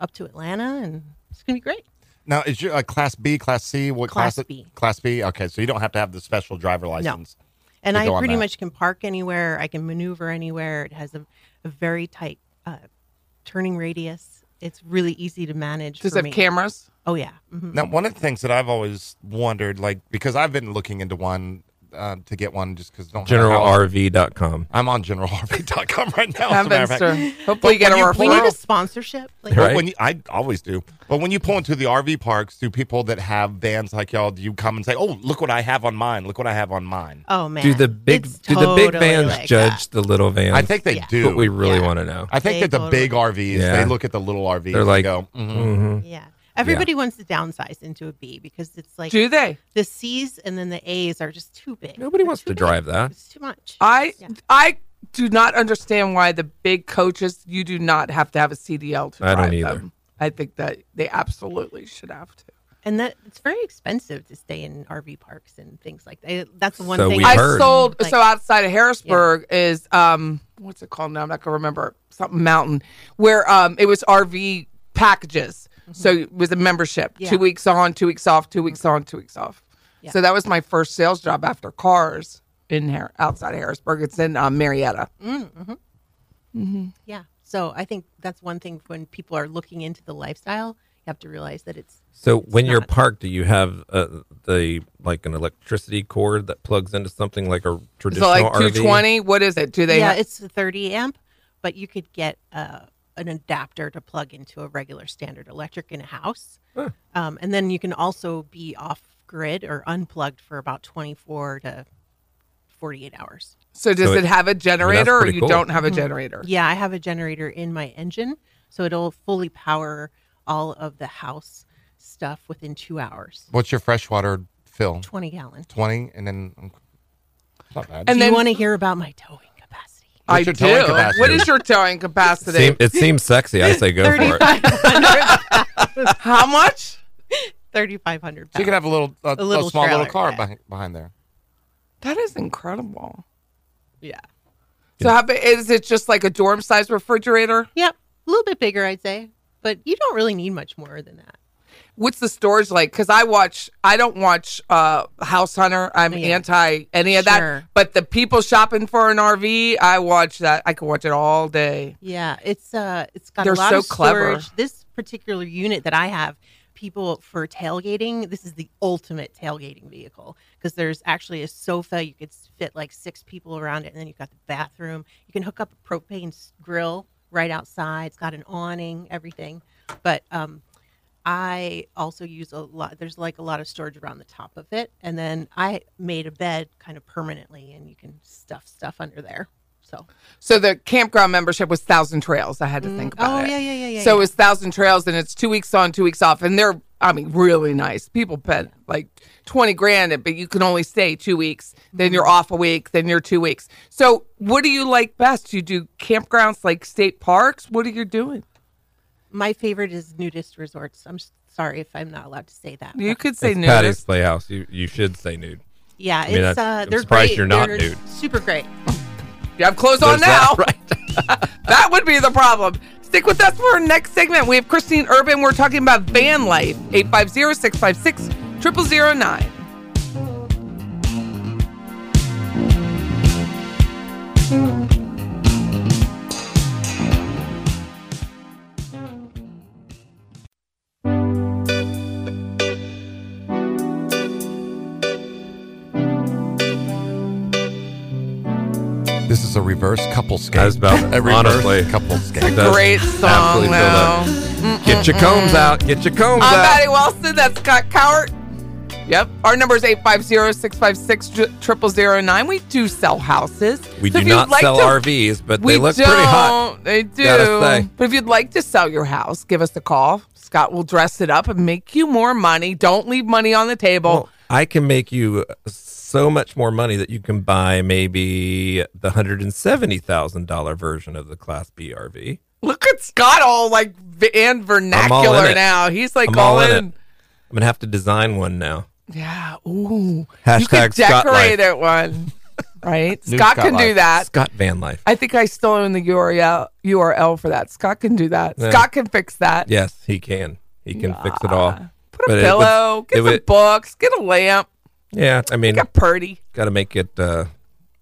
Speaker 4: up to Atlanta, and it's gonna be great.
Speaker 3: Now, is your uh, class B, class C? What class?
Speaker 4: Class B.
Speaker 3: Class B. Okay, so you don't have to have the special driver license.
Speaker 4: And
Speaker 3: to
Speaker 4: I
Speaker 3: go on
Speaker 4: pretty
Speaker 3: that.
Speaker 4: much can park anywhere. I can maneuver anywhere. It has a, a very tight uh, turning radius. It's really easy to manage.
Speaker 1: Does
Speaker 4: for
Speaker 1: it
Speaker 4: me.
Speaker 1: have cameras?
Speaker 4: Oh yeah. hmm
Speaker 3: Now, one of the things that I've always wondered, like, because I've been looking into one uh, to get one, just because don't know how-
Speaker 2: GeneralRV.com.
Speaker 3: I'm on generalrv.com right now. as a matter of fact.
Speaker 1: Hamvenster. Hopefully, you get a
Speaker 3: when you-
Speaker 4: We need
Speaker 1: referral.
Speaker 4: a sponsorship. Like,
Speaker 3: But
Speaker 2: Right.
Speaker 3: When you, I always do. But when you pull into the RV parks, do people that have vans like y'all do you come and say, "Oh, look what I have on mine! Look what I have on mine"?
Speaker 4: Oh man.
Speaker 2: Do the big
Speaker 4: It's
Speaker 2: do the big
Speaker 4: totally
Speaker 2: vans
Speaker 4: like
Speaker 2: judge the little vans?
Speaker 3: I think they
Speaker 4: Yeah.
Speaker 3: do.
Speaker 2: what we really
Speaker 4: Yeah.
Speaker 2: want to know.
Speaker 3: I think
Speaker 4: They
Speaker 3: that the
Speaker 4: totally-
Speaker 3: big RVs
Speaker 2: Yeah.
Speaker 3: they look at the little RVs.
Speaker 2: They're
Speaker 3: and
Speaker 2: like, mm-hmm.
Speaker 3: go, "Mhm."
Speaker 4: that. Yeah. Everybody wants to downsize into a B because it's like
Speaker 1: Do they?
Speaker 4: the C's and then the A's are just too big.
Speaker 2: nobody
Speaker 4: They're
Speaker 2: wants to
Speaker 4: too big.
Speaker 2: drive that.
Speaker 4: It's too much.
Speaker 1: I
Speaker 4: Yeah.
Speaker 1: I do not understand why the big coaches you do not have to have a CDL to
Speaker 2: I
Speaker 1: drive
Speaker 2: don't either.
Speaker 1: them. I think that they absolutely should have to.
Speaker 4: And that it's very expensive to stay in RV parks and things like that. That's the one
Speaker 2: So
Speaker 4: thing
Speaker 2: we
Speaker 1: I
Speaker 2: heard.
Speaker 1: sold
Speaker 4: Like-
Speaker 1: so outside of Harrisburg is um what's it called now? I'm not gonna remember something mountain where um it was RV packages. So it was a membership.
Speaker 4: Mm-hmm. Yeah.
Speaker 1: Two weeks on, two weeks off, two weeks on, two weeks off.
Speaker 4: Yeah.
Speaker 1: So that was my first sales job after cars in Har- outside of Harrisburg. It's in um, Marietta.
Speaker 4: Yeah. So I think that's one thing when people are looking into the lifestyle, you have to realize that it's
Speaker 2: So when you're
Speaker 4: not.
Speaker 2: parked, do you have uh, the like an electricity cord that plugs into something like a
Speaker 1: Is it
Speaker 2: traditional
Speaker 1: like
Speaker 2: RV?
Speaker 1: two twenty? What is it? Do they
Speaker 4: yeah,
Speaker 1: have-
Speaker 4: it's a 30 amp, but you could get uh, an adapter to plug into a regular standard electric in a house, um, and then you can also be off grid or unplugged for about 24 to 48 hours.
Speaker 1: So does
Speaker 2: So
Speaker 1: it,
Speaker 2: it-
Speaker 1: have a generator or
Speaker 2: pretty
Speaker 1: you
Speaker 2: cool.
Speaker 1: don't have a generator?
Speaker 4: Mm-hmm. Yeah, I have a generator in my engine, so it'll fully power all of the house stuff within two hours.
Speaker 3: "What's your freshwater fill?
Speaker 4: 20 gallon.
Speaker 3: Twenty, and then It's not bad."
Speaker 1: And
Speaker 4: And
Speaker 1: then-
Speaker 4: you want to hear about my towing capacity?
Speaker 1: I
Speaker 3: your
Speaker 1: do.
Speaker 3: towing capacity?
Speaker 1: What is your towing capacity?
Speaker 2: Seem- it seems sexy. I say go for it.
Speaker 4: 3,500
Speaker 1: How much?
Speaker 4: 3,500
Speaker 3: so you could have a little, a, a
Speaker 4: little
Speaker 3: small little
Speaker 4: trailer,
Speaker 3: car
Speaker 4: yeah.
Speaker 3: behind, behind there.
Speaker 1: That is incredible.
Speaker 4: Yeah.
Speaker 1: So how big is it? Just like a dorm size refrigerator?
Speaker 4: Yep. A little bit bigger, I'd say. But you don't really need much more than that.
Speaker 1: What's the storage like? Because I watch, I don't watch uh, House Hunter. I'm
Speaker 4: Yeah.
Speaker 1: anti any of that.
Speaker 4: Sure.
Speaker 1: But the people shopping for an RV, I watch that. I could watch it all day.
Speaker 4: Yeah. It's uh it's got
Speaker 1: They're
Speaker 4: a lot
Speaker 1: so
Speaker 4: of
Speaker 1: clever.
Speaker 4: storage. This particular unit that I have, people for tailgating, this is the ultimate tailgating vehicle because there's actually a sofa. You could fit like six people around it, and then you've got the bathroom. You can hook up a propane s- grill right outside. It's got an awning, everything. But um I also use a lot. There's like a lot of storage around the top of it, and then I made a bed kind of permanently, and you can stuff stuff under there. So
Speaker 1: So the campground membership was Thousand Trails. I had to think about
Speaker 4: oh,
Speaker 1: it.
Speaker 4: yeah, yeah, yeah, yeah,
Speaker 1: So
Speaker 4: yeah.
Speaker 1: it's Thousand Trails, and it's two weeks on, two weeks off, and they're I mean really nice. People pay like twenty grand, but you can only stay two weeks. Then
Speaker 4: Mm-hmm.
Speaker 1: you're off a week. Then you're two weeks. So what do you like best? You do campgrounds like state parks. What are you doing?
Speaker 4: my favorite is nudist resorts. I'm s- sorry if I'm not allowed to say that.
Speaker 1: You
Speaker 4: but-
Speaker 1: could say
Speaker 2: It's Patty's
Speaker 1: nudist.
Speaker 2: Playhouse. You you should say nude.
Speaker 4: yeah,
Speaker 2: mean,
Speaker 4: it's
Speaker 2: that's-
Speaker 4: uh,
Speaker 2: I'm
Speaker 4: they're
Speaker 2: surprised
Speaker 4: great.
Speaker 2: you're not
Speaker 4: They're
Speaker 2: nude.
Speaker 4: Super great.
Speaker 1: You have clothes on
Speaker 2: There's that,
Speaker 1: now. that would be the problem. Stick with us for our next segment. We have Christine Urban. We're talking about van life. 850 656 0009.
Speaker 3: This is a reverse couple scape.
Speaker 2: That's about
Speaker 3: a reverse
Speaker 2: honestly.
Speaker 3: couple scape.
Speaker 2: That's
Speaker 1: Great
Speaker 2: absolutely
Speaker 1: song,
Speaker 2: filled up.
Speaker 1: though.
Speaker 2: Get your combs out. Get your combs
Speaker 1: I'm
Speaker 2: out.
Speaker 1: Patty Wilson. That's Scott Cowart. Yep. Our number is 850-656-0009. We do sell houses.
Speaker 2: We
Speaker 1: So
Speaker 2: do
Speaker 1: if you'd
Speaker 2: not
Speaker 1: like
Speaker 2: sell
Speaker 1: to-
Speaker 2: RVs, but
Speaker 1: we
Speaker 2: they look
Speaker 1: don't.
Speaker 2: pretty hot.
Speaker 1: They do.
Speaker 2: Gotta say.
Speaker 1: But if you'd like to sell your house, give us a call. Scott will dress it up and make you more money. Don't leave money on the table.
Speaker 2: Well, I can make you so much more money that you can buy maybe the hundred and seventy thousand dollar version of the Class B RV.
Speaker 1: Look at Scott all like v- and
Speaker 2: I'm all in
Speaker 1: vernacular
Speaker 2: it.
Speaker 1: now. He's like
Speaker 2: I'm
Speaker 1: all,
Speaker 2: all in
Speaker 1: in.
Speaker 2: it. I'm gonna have to design one now.
Speaker 1: Yeah. Ooh. you could
Speaker 2: Hashtag Scott
Speaker 1: decorate
Speaker 2: Life.
Speaker 1: it one. Right?
Speaker 3: New
Speaker 1: Scott,
Speaker 3: Scott
Speaker 1: can do
Speaker 3: Life.
Speaker 1: that.
Speaker 2: Scott Van Life.
Speaker 1: I think I still own the URL URL for that. Scott can do that.
Speaker 2: Yeah.
Speaker 1: Scott can fix that.
Speaker 2: Yes, he can. He can fix it all.
Speaker 1: Put a
Speaker 2: But it would-
Speaker 1: pillow,
Speaker 2: it
Speaker 1: get some
Speaker 2: would-
Speaker 1: books, get a lamp,
Speaker 2: Yeah, I mean,
Speaker 1: get Purdy.
Speaker 2: got to make it uh,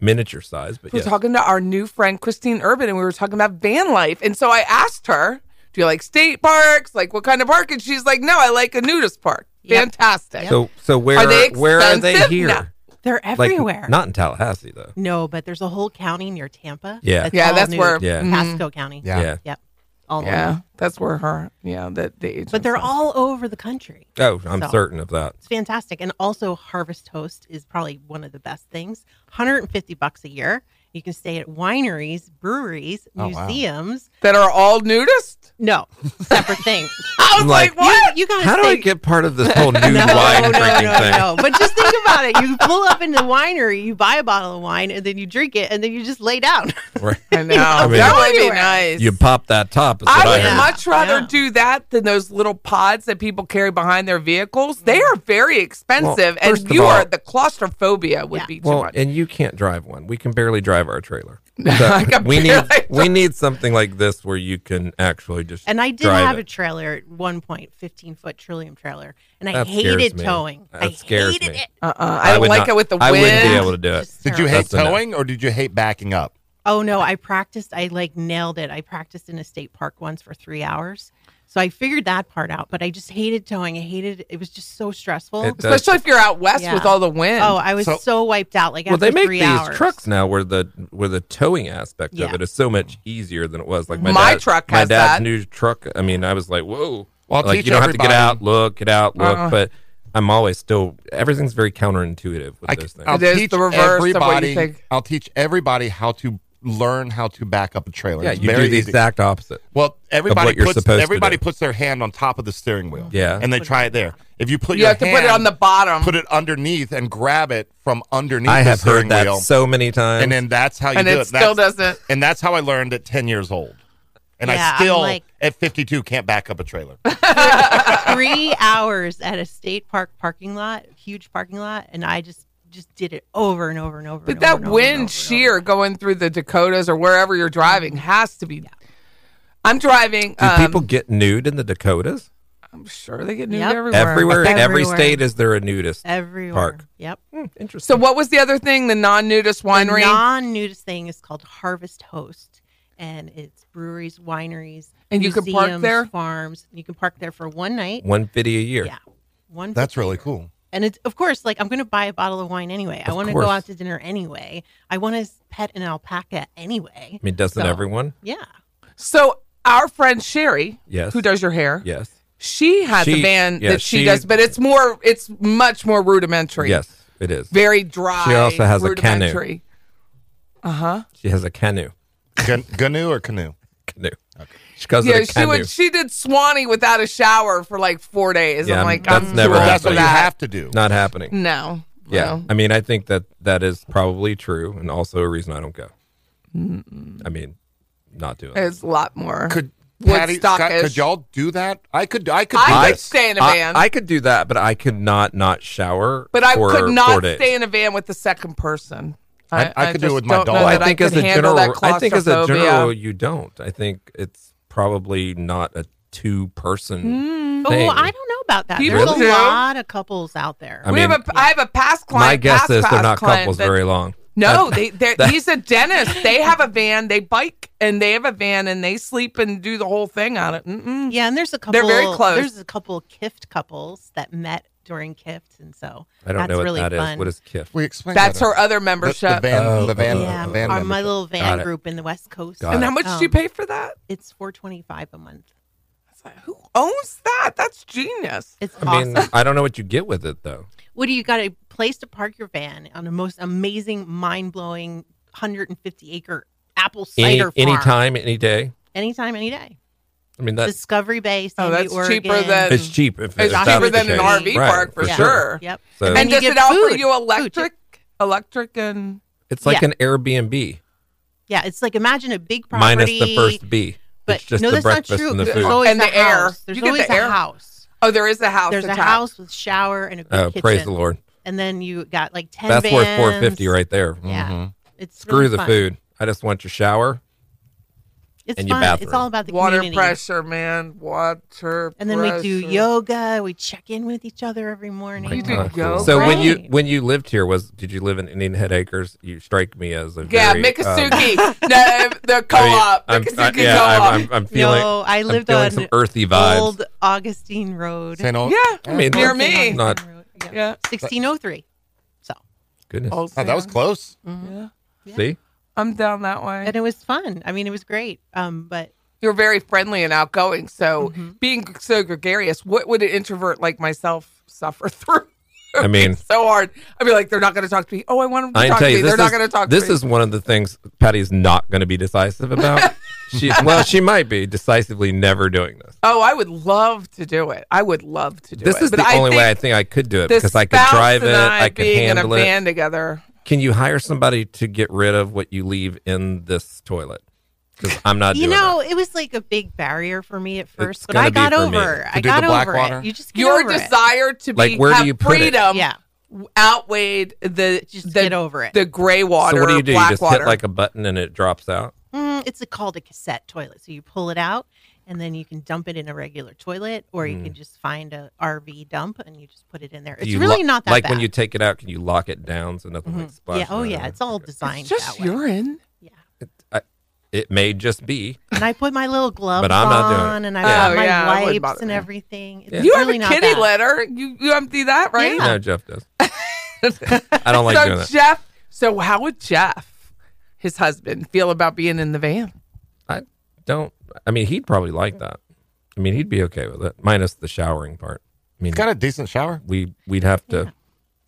Speaker 2: miniature size, but
Speaker 1: We
Speaker 2: yes.
Speaker 1: were talking to our new friend Christine Urban, and we were talking about van life. And so I asked her, "Do you like state parks? Like what kind of park?" And she's like, "No, I like a nudist park.
Speaker 4: Yep.
Speaker 1: Fantastic."
Speaker 2: so so where
Speaker 1: Are they
Speaker 2: where are they
Speaker 1: expensive?
Speaker 2: here?
Speaker 1: No.
Speaker 4: They're
Speaker 2: Like
Speaker 4: everywhere.
Speaker 2: not in Tallahassee though.
Speaker 4: no, but there's a whole county near Tampa.
Speaker 2: Yeah.
Speaker 1: Yeah,
Speaker 4: all
Speaker 1: that's
Speaker 4: nude.
Speaker 1: where- Mm-hmm.
Speaker 2: Yeah.
Speaker 4: Pasco County.
Speaker 3: Yeah.
Speaker 2: Yeah.
Speaker 4: Yep. All
Speaker 1: yeah,
Speaker 4: nude.
Speaker 1: that's where her. Yeah, that the agent.
Speaker 4: But they're all over the country.
Speaker 2: Oh, I'm
Speaker 4: So-
Speaker 2: certain of that.
Speaker 4: It's fantastic. And also Harvest Host is probably one of the best things. 150 bucks a year. You can stay at wineries, breweries,
Speaker 3: Oh, wow.
Speaker 4: museums.
Speaker 1: that are all nudist.
Speaker 4: No, separate thing.
Speaker 1: I was
Speaker 2: I'm
Speaker 1: like,
Speaker 2: like,
Speaker 1: "What?"
Speaker 4: You gotta
Speaker 2: How do
Speaker 4: stay-
Speaker 2: I get part of this whole new wine drinking
Speaker 4: no,
Speaker 2: thing?
Speaker 4: no. But just think about it. You pull up in the winery, you buy a bottle of wine, and then you drink it, and then you just lay down.
Speaker 2: Right.
Speaker 1: I know
Speaker 2: mean-
Speaker 1: that would be
Speaker 4: Everywhere.
Speaker 1: nice.
Speaker 2: You pop that top is what
Speaker 1: I
Speaker 2: I,
Speaker 1: would
Speaker 2: heard.
Speaker 1: much rather
Speaker 4: Yeah.
Speaker 1: do that than those little pods that people carry behind their vehicles. They are very expensive,
Speaker 2: Mm. first
Speaker 1: and
Speaker 2: of
Speaker 1: you are
Speaker 2: all-
Speaker 1: the claustrophobia would
Speaker 4: Yeah.
Speaker 1: be too
Speaker 2: well,
Speaker 1: much.
Speaker 2: and you can't drive one. We can barely drive our trailer. So
Speaker 1: can
Speaker 2: we need
Speaker 1: barely
Speaker 2: we need something like this where you can actually just
Speaker 4: And I did
Speaker 2: drive
Speaker 4: have
Speaker 2: it.
Speaker 4: a trailer at one point, 15 foot Trillium trailer, and I
Speaker 2: That scares
Speaker 4: hated
Speaker 2: me.
Speaker 4: towing.
Speaker 2: That
Speaker 4: I
Speaker 2: scares
Speaker 4: hated
Speaker 2: me.
Speaker 4: it.
Speaker 1: Uh-uh. I,
Speaker 2: would
Speaker 1: don't like
Speaker 2: not-
Speaker 1: it with the wind.
Speaker 2: I wouldn't be able to do it.
Speaker 4: Just
Speaker 3: Did you
Speaker 4: terrible.
Speaker 3: hate
Speaker 2: That's enough.
Speaker 3: towing or did you hate backing up?
Speaker 4: Oh no, I practiced. I like nailed it. I practiced in a state park once for three hours. So I figured that part out, but I just hated towing. I hated it. was just so stressful.
Speaker 2: It does-
Speaker 1: Especially if you're out west
Speaker 4: Yeah.
Speaker 1: with all the wind.
Speaker 4: oh, I was
Speaker 3: So-
Speaker 4: so, wiped out. Like
Speaker 2: Well,
Speaker 4: after
Speaker 2: they make
Speaker 4: three
Speaker 2: these
Speaker 4: hours.
Speaker 2: trucks now where the where the towing aspect of
Speaker 4: Yeah.
Speaker 2: it is so much easier than it was. Like my,
Speaker 1: My
Speaker 2: dad-
Speaker 1: truck
Speaker 2: my
Speaker 1: has
Speaker 2: dad's
Speaker 1: that.
Speaker 2: new truck. I mean, I was like, whoa.
Speaker 3: Well, I'll
Speaker 2: like
Speaker 3: teach
Speaker 2: you don't have to get
Speaker 3: everybody- Uh-huh.
Speaker 2: out, look, get out, look.
Speaker 1: Uh-uh.
Speaker 2: But I'm always still everything's very counterintuitive with
Speaker 3: I,
Speaker 2: those things.
Speaker 3: will
Speaker 1: It is
Speaker 3: teach
Speaker 1: the reverse of what you
Speaker 3: everybody.
Speaker 1: think.
Speaker 3: I'll teach everybody how to learn how to back up a trailer.
Speaker 2: yeah,
Speaker 3: It's
Speaker 2: you
Speaker 3: very
Speaker 2: do the
Speaker 3: easy.
Speaker 2: exact opposite.
Speaker 3: Well, everybody
Speaker 2: what you're
Speaker 3: puts
Speaker 2: supposed to
Speaker 3: everybody
Speaker 2: do.
Speaker 3: puts their hand on top of the steering wheel.
Speaker 2: Yeah.
Speaker 3: and they try it there. If you put
Speaker 1: you
Speaker 3: your
Speaker 1: have to put it
Speaker 3: hand-
Speaker 1: on the bottom.
Speaker 3: put it underneath and grab it from underneath.
Speaker 2: I
Speaker 3: the
Speaker 2: have
Speaker 3: steering
Speaker 2: heard that
Speaker 3: wheel,
Speaker 2: so many times.
Speaker 3: and then that's how you
Speaker 1: And
Speaker 3: do
Speaker 1: it
Speaker 3: it.
Speaker 1: still
Speaker 3: That's-
Speaker 1: doesn't.
Speaker 3: And that's how I learned at ten years old. And
Speaker 4: Yeah,
Speaker 3: I
Speaker 4: I'm
Speaker 3: still
Speaker 4: like-
Speaker 3: at fifty two can't back up a trailer.
Speaker 4: three hours at a state park parking lot, huge parking lot, and I just just did it over and over and over.
Speaker 1: But
Speaker 4: and over
Speaker 1: that
Speaker 4: and over and over and
Speaker 1: wind
Speaker 4: over.
Speaker 1: shear going through the Dakotas or wherever you're driving has to be. I'm driving.
Speaker 2: Mm-hmm. do
Speaker 1: um,
Speaker 2: people get nude in the Dakotas?
Speaker 1: I'm sure they get nude
Speaker 4: Yep.
Speaker 1: everywhere.
Speaker 2: Everywhere, in every
Speaker 4: Everywhere.
Speaker 2: state is there a nudist?
Speaker 4: everywhere.
Speaker 2: Park.
Speaker 4: Yep.
Speaker 1: Hmm.
Speaker 2: Interesting.
Speaker 1: So what was the other thing? The non-nudist winery.
Speaker 4: The non-nudist thing is called Harvest Host, and it's breweries, wineries,
Speaker 1: And you can park
Speaker 4: museums,
Speaker 1: there?
Speaker 4: farms. You can park there for one night.
Speaker 2: One fifty a year.
Speaker 4: Yeah, one.
Speaker 3: that's really cool.
Speaker 4: and it's of course like I'm going to buy a bottle of wine anyway. I
Speaker 2: Of
Speaker 4: want to go
Speaker 2: course.
Speaker 4: out to dinner anyway. I want to pet an alpaca anyway.
Speaker 2: I mean, doesn't
Speaker 4: So,
Speaker 2: everyone?
Speaker 4: Yeah.
Speaker 1: so our friend Sherry,
Speaker 2: Yes.
Speaker 1: who does your hair,
Speaker 2: Yes.
Speaker 1: she has
Speaker 2: She-
Speaker 1: a van
Speaker 2: yeah,
Speaker 1: that she,
Speaker 2: she-
Speaker 1: does, but it's more. It's much more rudimentary.
Speaker 2: Yes, it is.
Speaker 1: Very dry.
Speaker 2: She also has a canoe.
Speaker 1: rudimentary.
Speaker 2: She has a canoe.
Speaker 3: Gan- Ganu or canoe?
Speaker 2: Canoe. She calls
Speaker 1: Yeah,
Speaker 2: it a
Speaker 1: she
Speaker 2: canoe.
Speaker 1: would. She did Swanee without a shower for like four days.
Speaker 2: Yeah,
Speaker 1: I'm
Speaker 2: I'm-
Speaker 1: like,
Speaker 2: that's
Speaker 1: I'm
Speaker 2: never
Speaker 1: too old
Speaker 3: That's
Speaker 1: for
Speaker 3: what you
Speaker 2: happening.
Speaker 1: that.
Speaker 3: have to do.
Speaker 2: Not happening.
Speaker 1: No.
Speaker 2: Yeah.
Speaker 1: No.
Speaker 2: I mean, I think that that is probably true and also a reason I don't go. I mean, not doing it.
Speaker 1: It's a lot more.
Speaker 3: Could Patty,
Speaker 1: Woodstockish.
Speaker 3: Scott, could y'all do that? I could. I could. do
Speaker 1: I could
Speaker 3: this.
Speaker 1: stay in a
Speaker 2: I-
Speaker 1: van,
Speaker 2: I, could do that, but I could not not shower.
Speaker 1: but I
Speaker 2: for
Speaker 1: could
Speaker 2: four
Speaker 1: not
Speaker 2: days.
Speaker 1: stay in a van with the second person.
Speaker 3: I- I could do it
Speaker 1: just
Speaker 3: with my
Speaker 1: don't know
Speaker 3: dog.
Speaker 2: Well, I
Speaker 1: that
Speaker 2: think as
Speaker 1: could
Speaker 2: a
Speaker 1: handle
Speaker 2: general,
Speaker 1: that
Speaker 2: I think as a
Speaker 1: claustrophobia.
Speaker 2: general, you don't. I think it's probably not a two
Speaker 1: Mm.
Speaker 2: person thing.
Speaker 4: Oh, I don't know about that.
Speaker 1: People
Speaker 4: There's a
Speaker 1: do.
Speaker 4: lot of couples out there.
Speaker 2: I
Speaker 1: we
Speaker 2: mean,
Speaker 1: have a. I have a past client.
Speaker 2: my guess
Speaker 1: past
Speaker 2: is they're
Speaker 1: past
Speaker 2: not
Speaker 1: client
Speaker 2: couples
Speaker 1: that-
Speaker 2: very long.
Speaker 1: No, they. They're, he's a dentist. They have a van. They bike and they have a van and they sleep and do the whole thing on it. Mm-mm.
Speaker 4: Yeah, and there's a couple.
Speaker 1: They're very close.
Speaker 4: There's a couple Kift couples that met during Kift, and so
Speaker 2: I don't
Speaker 4: that's
Speaker 2: know what
Speaker 4: really
Speaker 2: that is.
Speaker 4: fun.
Speaker 2: What is Kiff?
Speaker 3: We explain.
Speaker 1: That's
Speaker 3: that.
Speaker 1: her other
Speaker 3: The, the
Speaker 1: membership.
Speaker 3: van.
Speaker 2: Oh,
Speaker 3: the van.
Speaker 4: yeah,
Speaker 3: the van
Speaker 4: our, my
Speaker 3: membership.
Speaker 4: little
Speaker 2: Got
Speaker 4: van
Speaker 2: it.
Speaker 4: group in the West Coast.
Speaker 2: Got
Speaker 1: And how much do you
Speaker 4: Um,
Speaker 1: pay for that?
Speaker 4: It's four twenty five a month.
Speaker 1: Who owns that? That's genius.
Speaker 4: It's
Speaker 2: I
Speaker 4: awesome.
Speaker 2: mean, I don't know what you get with it though.
Speaker 4: what do you got a place to park your van on the most amazing, mind blowing, hundred and fifty acre apple
Speaker 2: Any
Speaker 4: cider farm?
Speaker 2: anytime, any day.
Speaker 4: anytime, any day.
Speaker 2: I mean, that's
Speaker 4: Discovery Bay, Sandy,
Speaker 1: Oh, that's
Speaker 4: Oregon.
Speaker 1: cheaper than-
Speaker 2: It's cheap. If,
Speaker 1: It's
Speaker 2: if
Speaker 4: cheaper
Speaker 2: that's the
Speaker 4: than an
Speaker 2: case.
Speaker 4: RV
Speaker 1: park, for
Speaker 4: Yeah.
Speaker 1: sure.
Speaker 4: Yep.
Speaker 2: So-
Speaker 1: And,
Speaker 2: And
Speaker 4: you
Speaker 1: does
Speaker 4: get
Speaker 1: it offer
Speaker 4: food.
Speaker 1: you
Speaker 4: Food,
Speaker 1: electric, electric, and
Speaker 2: It's like
Speaker 4: Yeah.
Speaker 2: an Airbnb
Speaker 4: Yeah, it's like imagine a big property
Speaker 2: minus the first B.
Speaker 4: But
Speaker 2: it's just
Speaker 4: no,
Speaker 2: the
Speaker 4: that's
Speaker 2: breakfast
Speaker 4: not true.
Speaker 2: and the
Speaker 4: There's
Speaker 2: food.
Speaker 4: always
Speaker 1: And
Speaker 4: a
Speaker 1: the air.
Speaker 4: house. There's
Speaker 1: You get
Speaker 4: always
Speaker 1: the air.
Speaker 4: a house.
Speaker 1: Oh, there is a house.
Speaker 4: There's a
Speaker 1: atop.
Speaker 4: house with shower and a good
Speaker 2: Oh,
Speaker 4: kitchen.
Speaker 2: praise the Lord.
Speaker 4: And then you got like ten.
Speaker 2: That's worth
Speaker 4: vans.
Speaker 2: 450 right there. Mm-hmm.
Speaker 4: Yeah, it's
Speaker 2: Screw
Speaker 4: really
Speaker 2: the
Speaker 4: fun.
Speaker 2: food. I just want your shower.
Speaker 4: It's
Speaker 2: and your
Speaker 4: fun. It's
Speaker 2: bathroom.
Speaker 4: all about the
Speaker 1: Water
Speaker 4: community.
Speaker 1: pressure, man. Water.
Speaker 4: And then we do
Speaker 1: pressure.
Speaker 4: yoga. We check in with each other every morning.
Speaker 1: You do
Speaker 2: Uh,
Speaker 1: yoga.
Speaker 2: so when you
Speaker 4: Right.
Speaker 2: when you lived here was did you live in Indian Head Acres? You strike me as a
Speaker 1: Yeah,
Speaker 2: very, um,
Speaker 1: Mikasuki. no, the
Speaker 2: I mean,
Speaker 1: co-op.
Speaker 2: I'm-
Speaker 1: Mikasuki
Speaker 2: I- yeah,
Speaker 1: co-op.
Speaker 2: I'm, I'm, I'm feeling.
Speaker 4: no, I
Speaker 2: I'm
Speaker 4: lived
Speaker 2: feeling
Speaker 4: on
Speaker 2: some earthy vibes.
Speaker 4: Old Augustine Road.
Speaker 3: St. Ol-
Speaker 1: yeah.
Speaker 2: I mean,
Speaker 1: Near
Speaker 4: Old St.
Speaker 1: me.
Speaker 4: Augustine
Speaker 2: Not-
Speaker 4: Road.
Speaker 1: Yeah.
Speaker 4: Yeah. 1603. So,
Speaker 2: goodness.
Speaker 1: Old
Speaker 3: Oh, that was
Speaker 1: Sam.
Speaker 3: close.
Speaker 1: Yeah.
Speaker 2: See,
Speaker 1: I'm down that way.
Speaker 4: and it was fun. I mean, it was great. Um, but
Speaker 1: You're very friendly and outgoing. So
Speaker 4: Mm-hmm.
Speaker 1: being so gregarious, what would an introvert like myself suffer through?
Speaker 2: I mean,
Speaker 1: It's so hard. I'd be like, they're not going to talk to me. Oh, I want them to
Speaker 2: I can
Speaker 1: talk
Speaker 2: tell
Speaker 1: to me.
Speaker 2: you, this
Speaker 1: They're
Speaker 2: is,
Speaker 1: not going to talk
Speaker 2: this
Speaker 1: to me.
Speaker 2: is one of the things Patty's not going to be decisive about. she, well, she might be decisively never doing this.
Speaker 1: Oh, I would love to do it. I would love to do
Speaker 2: This
Speaker 1: it.
Speaker 2: is
Speaker 1: But
Speaker 2: the
Speaker 1: I
Speaker 2: only way I
Speaker 1: think
Speaker 2: think I could do it
Speaker 1: the
Speaker 2: because I could
Speaker 1: spouse
Speaker 2: drive
Speaker 1: and
Speaker 2: it, I, could
Speaker 1: being
Speaker 2: handle
Speaker 1: in a
Speaker 2: it.
Speaker 1: band together.
Speaker 2: Can you hire somebody to get rid of what you leave in this toilet? Because I'm not.
Speaker 4: you
Speaker 2: doing
Speaker 4: know,
Speaker 2: that.
Speaker 4: it was like a big barrier for me at first, but
Speaker 2: gonna
Speaker 4: I
Speaker 2: be
Speaker 4: got
Speaker 2: for me.
Speaker 4: over.
Speaker 3: To
Speaker 4: I
Speaker 3: do
Speaker 4: got
Speaker 3: the black
Speaker 4: over
Speaker 3: water?
Speaker 4: it. You just get
Speaker 1: Your
Speaker 4: over it.
Speaker 1: desire to be
Speaker 2: Like, where do
Speaker 1: have
Speaker 2: you put it?
Speaker 1: freedom
Speaker 4: Yeah.
Speaker 1: outweighed the
Speaker 4: Just
Speaker 1: the,
Speaker 4: get over it.
Speaker 1: the gray water.
Speaker 2: so what do you do? You
Speaker 1: Black
Speaker 2: just
Speaker 1: water.
Speaker 2: hit like a button and it drops out.
Speaker 4: Mm, it's a, called a cassette toilet. So you pull it out, and then you can dump it in a regular toilet, or you can just find a RV dump and you just put it in there.
Speaker 2: Mm. Do
Speaker 4: It's
Speaker 2: you
Speaker 4: really
Speaker 2: lo-
Speaker 4: not that
Speaker 2: like
Speaker 4: bad.
Speaker 2: when you take it out. Can you lock it down so nothing like
Speaker 4: yeah,
Speaker 2: splashes?
Speaker 4: oh
Speaker 2: out?
Speaker 4: yeah, it's all designed
Speaker 1: it's just
Speaker 4: that way.
Speaker 1: urine.
Speaker 2: It may just be.
Speaker 4: And I put my little gloves
Speaker 2: I'm not doing it.
Speaker 4: on, and I
Speaker 1: Yeah.
Speaker 4: got
Speaker 1: Oh,
Speaker 4: my
Speaker 1: yeah, it wouldn't
Speaker 4: wipes
Speaker 1: bother
Speaker 4: and
Speaker 1: me.
Speaker 4: everything. It's
Speaker 2: Yeah.
Speaker 1: You have
Speaker 4: really
Speaker 1: a
Speaker 4: not
Speaker 1: kitty
Speaker 4: bad.
Speaker 1: litter. You you empty that right?
Speaker 4: Yeah.
Speaker 2: No, Jeff does. I don't like
Speaker 1: so
Speaker 2: doing that.
Speaker 1: Jeff, so how would Jeff, his husband, feel about being in the van?
Speaker 2: I don't. I mean, he'd probably like that. I mean, he'd be okay with it, minus the showering part. I mean,
Speaker 3: It's got a decent shower.
Speaker 2: we we'd have to.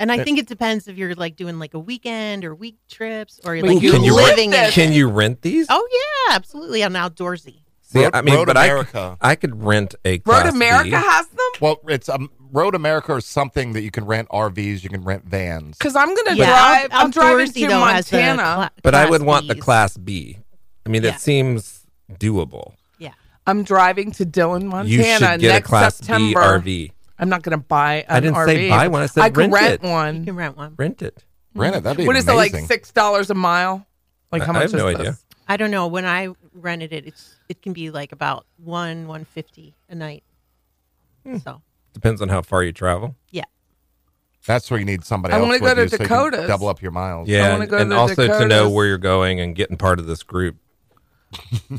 Speaker 4: And I think it depends if you're like doing like a weekend or week trips or
Speaker 1: But
Speaker 4: like
Speaker 1: you
Speaker 4: you're
Speaker 2: can you
Speaker 1: live
Speaker 4: living in.
Speaker 1: this.
Speaker 4: it.
Speaker 2: Can you rent these?
Speaker 4: Oh yeah, absolutely. I'm outdoorsy.
Speaker 2: See,
Speaker 3: Road-
Speaker 2: I mean,
Speaker 3: Road
Speaker 2: but
Speaker 3: America.
Speaker 2: I could, I could rent a
Speaker 1: Road
Speaker 2: Class B.
Speaker 1: America has them?
Speaker 3: Well, it's um, Road America or something that you can rent RVs, you can rent vans.
Speaker 1: Because I'm gonna
Speaker 4: Yeah,
Speaker 1: drive.
Speaker 4: out-
Speaker 1: I'm driving
Speaker 4: outdoorsy,
Speaker 1: to
Speaker 4: though, has the
Speaker 1: Montana.
Speaker 4: cla-
Speaker 2: But I
Speaker 4: class
Speaker 2: would want the
Speaker 4: Bs.
Speaker 2: Class B. I mean,
Speaker 4: Yeah.
Speaker 2: it seems doable.
Speaker 4: Yeah.
Speaker 1: I'm driving to Dillon, Montana
Speaker 2: you should get a
Speaker 1: next
Speaker 2: Class
Speaker 1: September.
Speaker 2: B RV.
Speaker 1: I'm not gonna buy. An
Speaker 2: I didn't
Speaker 1: RV.
Speaker 2: say buy one, I said
Speaker 1: I could
Speaker 2: rent
Speaker 1: rent
Speaker 2: it.
Speaker 4: You
Speaker 1: one.
Speaker 4: can rent one.
Speaker 2: Rent it.
Speaker 3: Rent it. That'd be
Speaker 1: What is it like
Speaker 3: amazing.
Speaker 1: six dollars a mile? Like
Speaker 2: I-
Speaker 1: how
Speaker 2: I
Speaker 1: much
Speaker 2: have
Speaker 1: is
Speaker 2: no
Speaker 1: this?
Speaker 2: idea.
Speaker 4: I don't know. When I rented it, it's it can be like about one one fifty a night.
Speaker 2: Hmm.
Speaker 4: So
Speaker 2: Depends on how far you travel.
Speaker 4: yeah,
Speaker 3: That's where you need somebody
Speaker 1: I
Speaker 3: else.
Speaker 1: wanna
Speaker 3: want
Speaker 1: go to Dakotas.
Speaker 3: double up your miles.
Speaker 2: Yeah,
Speaker 1: wanna
Speaker 2: and,
Speaker 1: go to
Speaker 2: and
Speaker 1: the
Speaker 2: also to know
Speaker 1: Dakotas.
Speaker 2: where you're going and getting part of this group.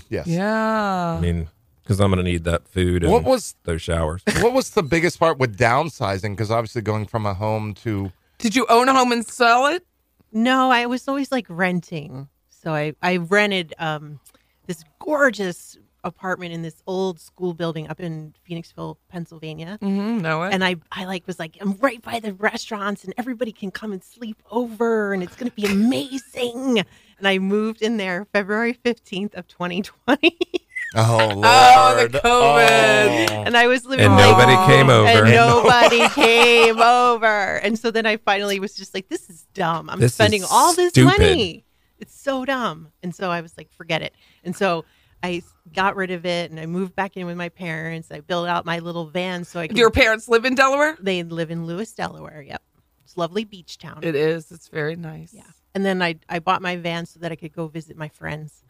Speaker 3: Yes.
Speaker 2: I
Speaker 1: Yeah.
Speaker 2: mean, because I'm going to need that food and
Speaker 3: What was-
Speaker 2: those showers.
Speaker 3: What was the biggest part with downsizing? Because obviously going from a home to
Speaker 1: Did you own a home and sell it?
Speaker 4: no, I was always like renting. So I I rented um this gorgeous apartment in this old school building up in Phoenixville, Pennsylvania.
Speaker 1: Mm-hmm, no it.
Speaker 4: And I, I like was like, I'm right by the restaurants and everybody can come and sleep over and it's gonna be amazing. And I moved in there February fifteenth of twenty twenty.
Speaker 3: oh Lord.
Speaker 1: Oh, the COVID.
Speaker 3: Oh.
Speaker 4: and I was living
Speaker 2: and
Speaker 4: like-
Speaker 2: nobody came over.
Speaker 4: and nobody came over. And so then I finally was just like, this is dumb. I'm
Speaker 2: This is
Speaker 4: spending all this
Speaker 2: stupid.
Speaker 4: money. It's so dumb. And so I was like, forget it. And so I got rid of it and I moved back in with my parents. I built out my little van so I could.
Speaker 1: Do your parents live in Delaware?
Speaker 4: they live in Lewis, Delaware. Yep. It's a lovely beach town.
Speaker 1: It is. It's very nice.
Speaker 4: yeah. And then I, I bought my van so that I could go visit my friends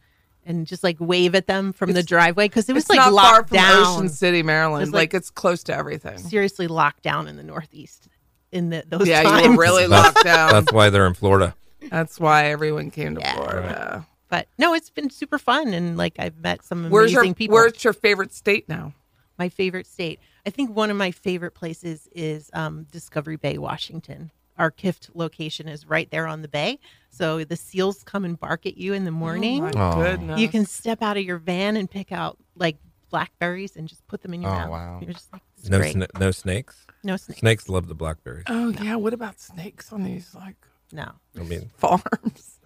Speaker 4: and just like wave at them from the driveway because it was
Speaker 1: it's
Speaker 4: like
Speaker 1: not far
Speaker 4: locked
Speaker 1: from
Speaker 4: down.
Speaker 1: Ocean City, Maryland.
Speaker 4: It's
Speaker 1: like,
Speaker 4: like-
Speaker 1: it's close to everything.
Speaker 4: seriously locked down in the Northeast in the, those
Speaker 1: Yeah,
Speaker 4: times.
Speaker 1: you were really locked down.
Speaker 2: That's why they're in Florida.
Speaker 1: That's why everyone came to
Speaker 4: Yeah.
Speaker 1: Florida.
Speaker 4: but no, it's been super fun, and like I've met some amazing
Speaker 1: Where's your
Speaker 4: people.
Speaker 1: Where's your favorite state now?
Speaker 4: my favorite state? I think one of my favorite places is um, Discovery Bay, Washington. Our Kift location is right there on the bay, so the seals come and bark at you in the morning.
Speaker 1: My
Speaker 3: Oh.
Speaker 1: goodness,
Speaker 4: you can step out of your van and pick out like blackberries and just put them in your
Speaker 3: Oh,
Speaker 4: mouth.
Speaker 3: wow.
Speaker 4: You're just like, this is
Speaker 2: No,
Speaker 4: great.
Speaker 2: sna- no snakes.
Speaker 4: no snakes.
Speaker 2: Snakes love the blackberries.
Speaker 1: Oh yeah. What about snakes on these like
Speaker 4: No.
Speaker 2: I mean,
Speaker 1: farms?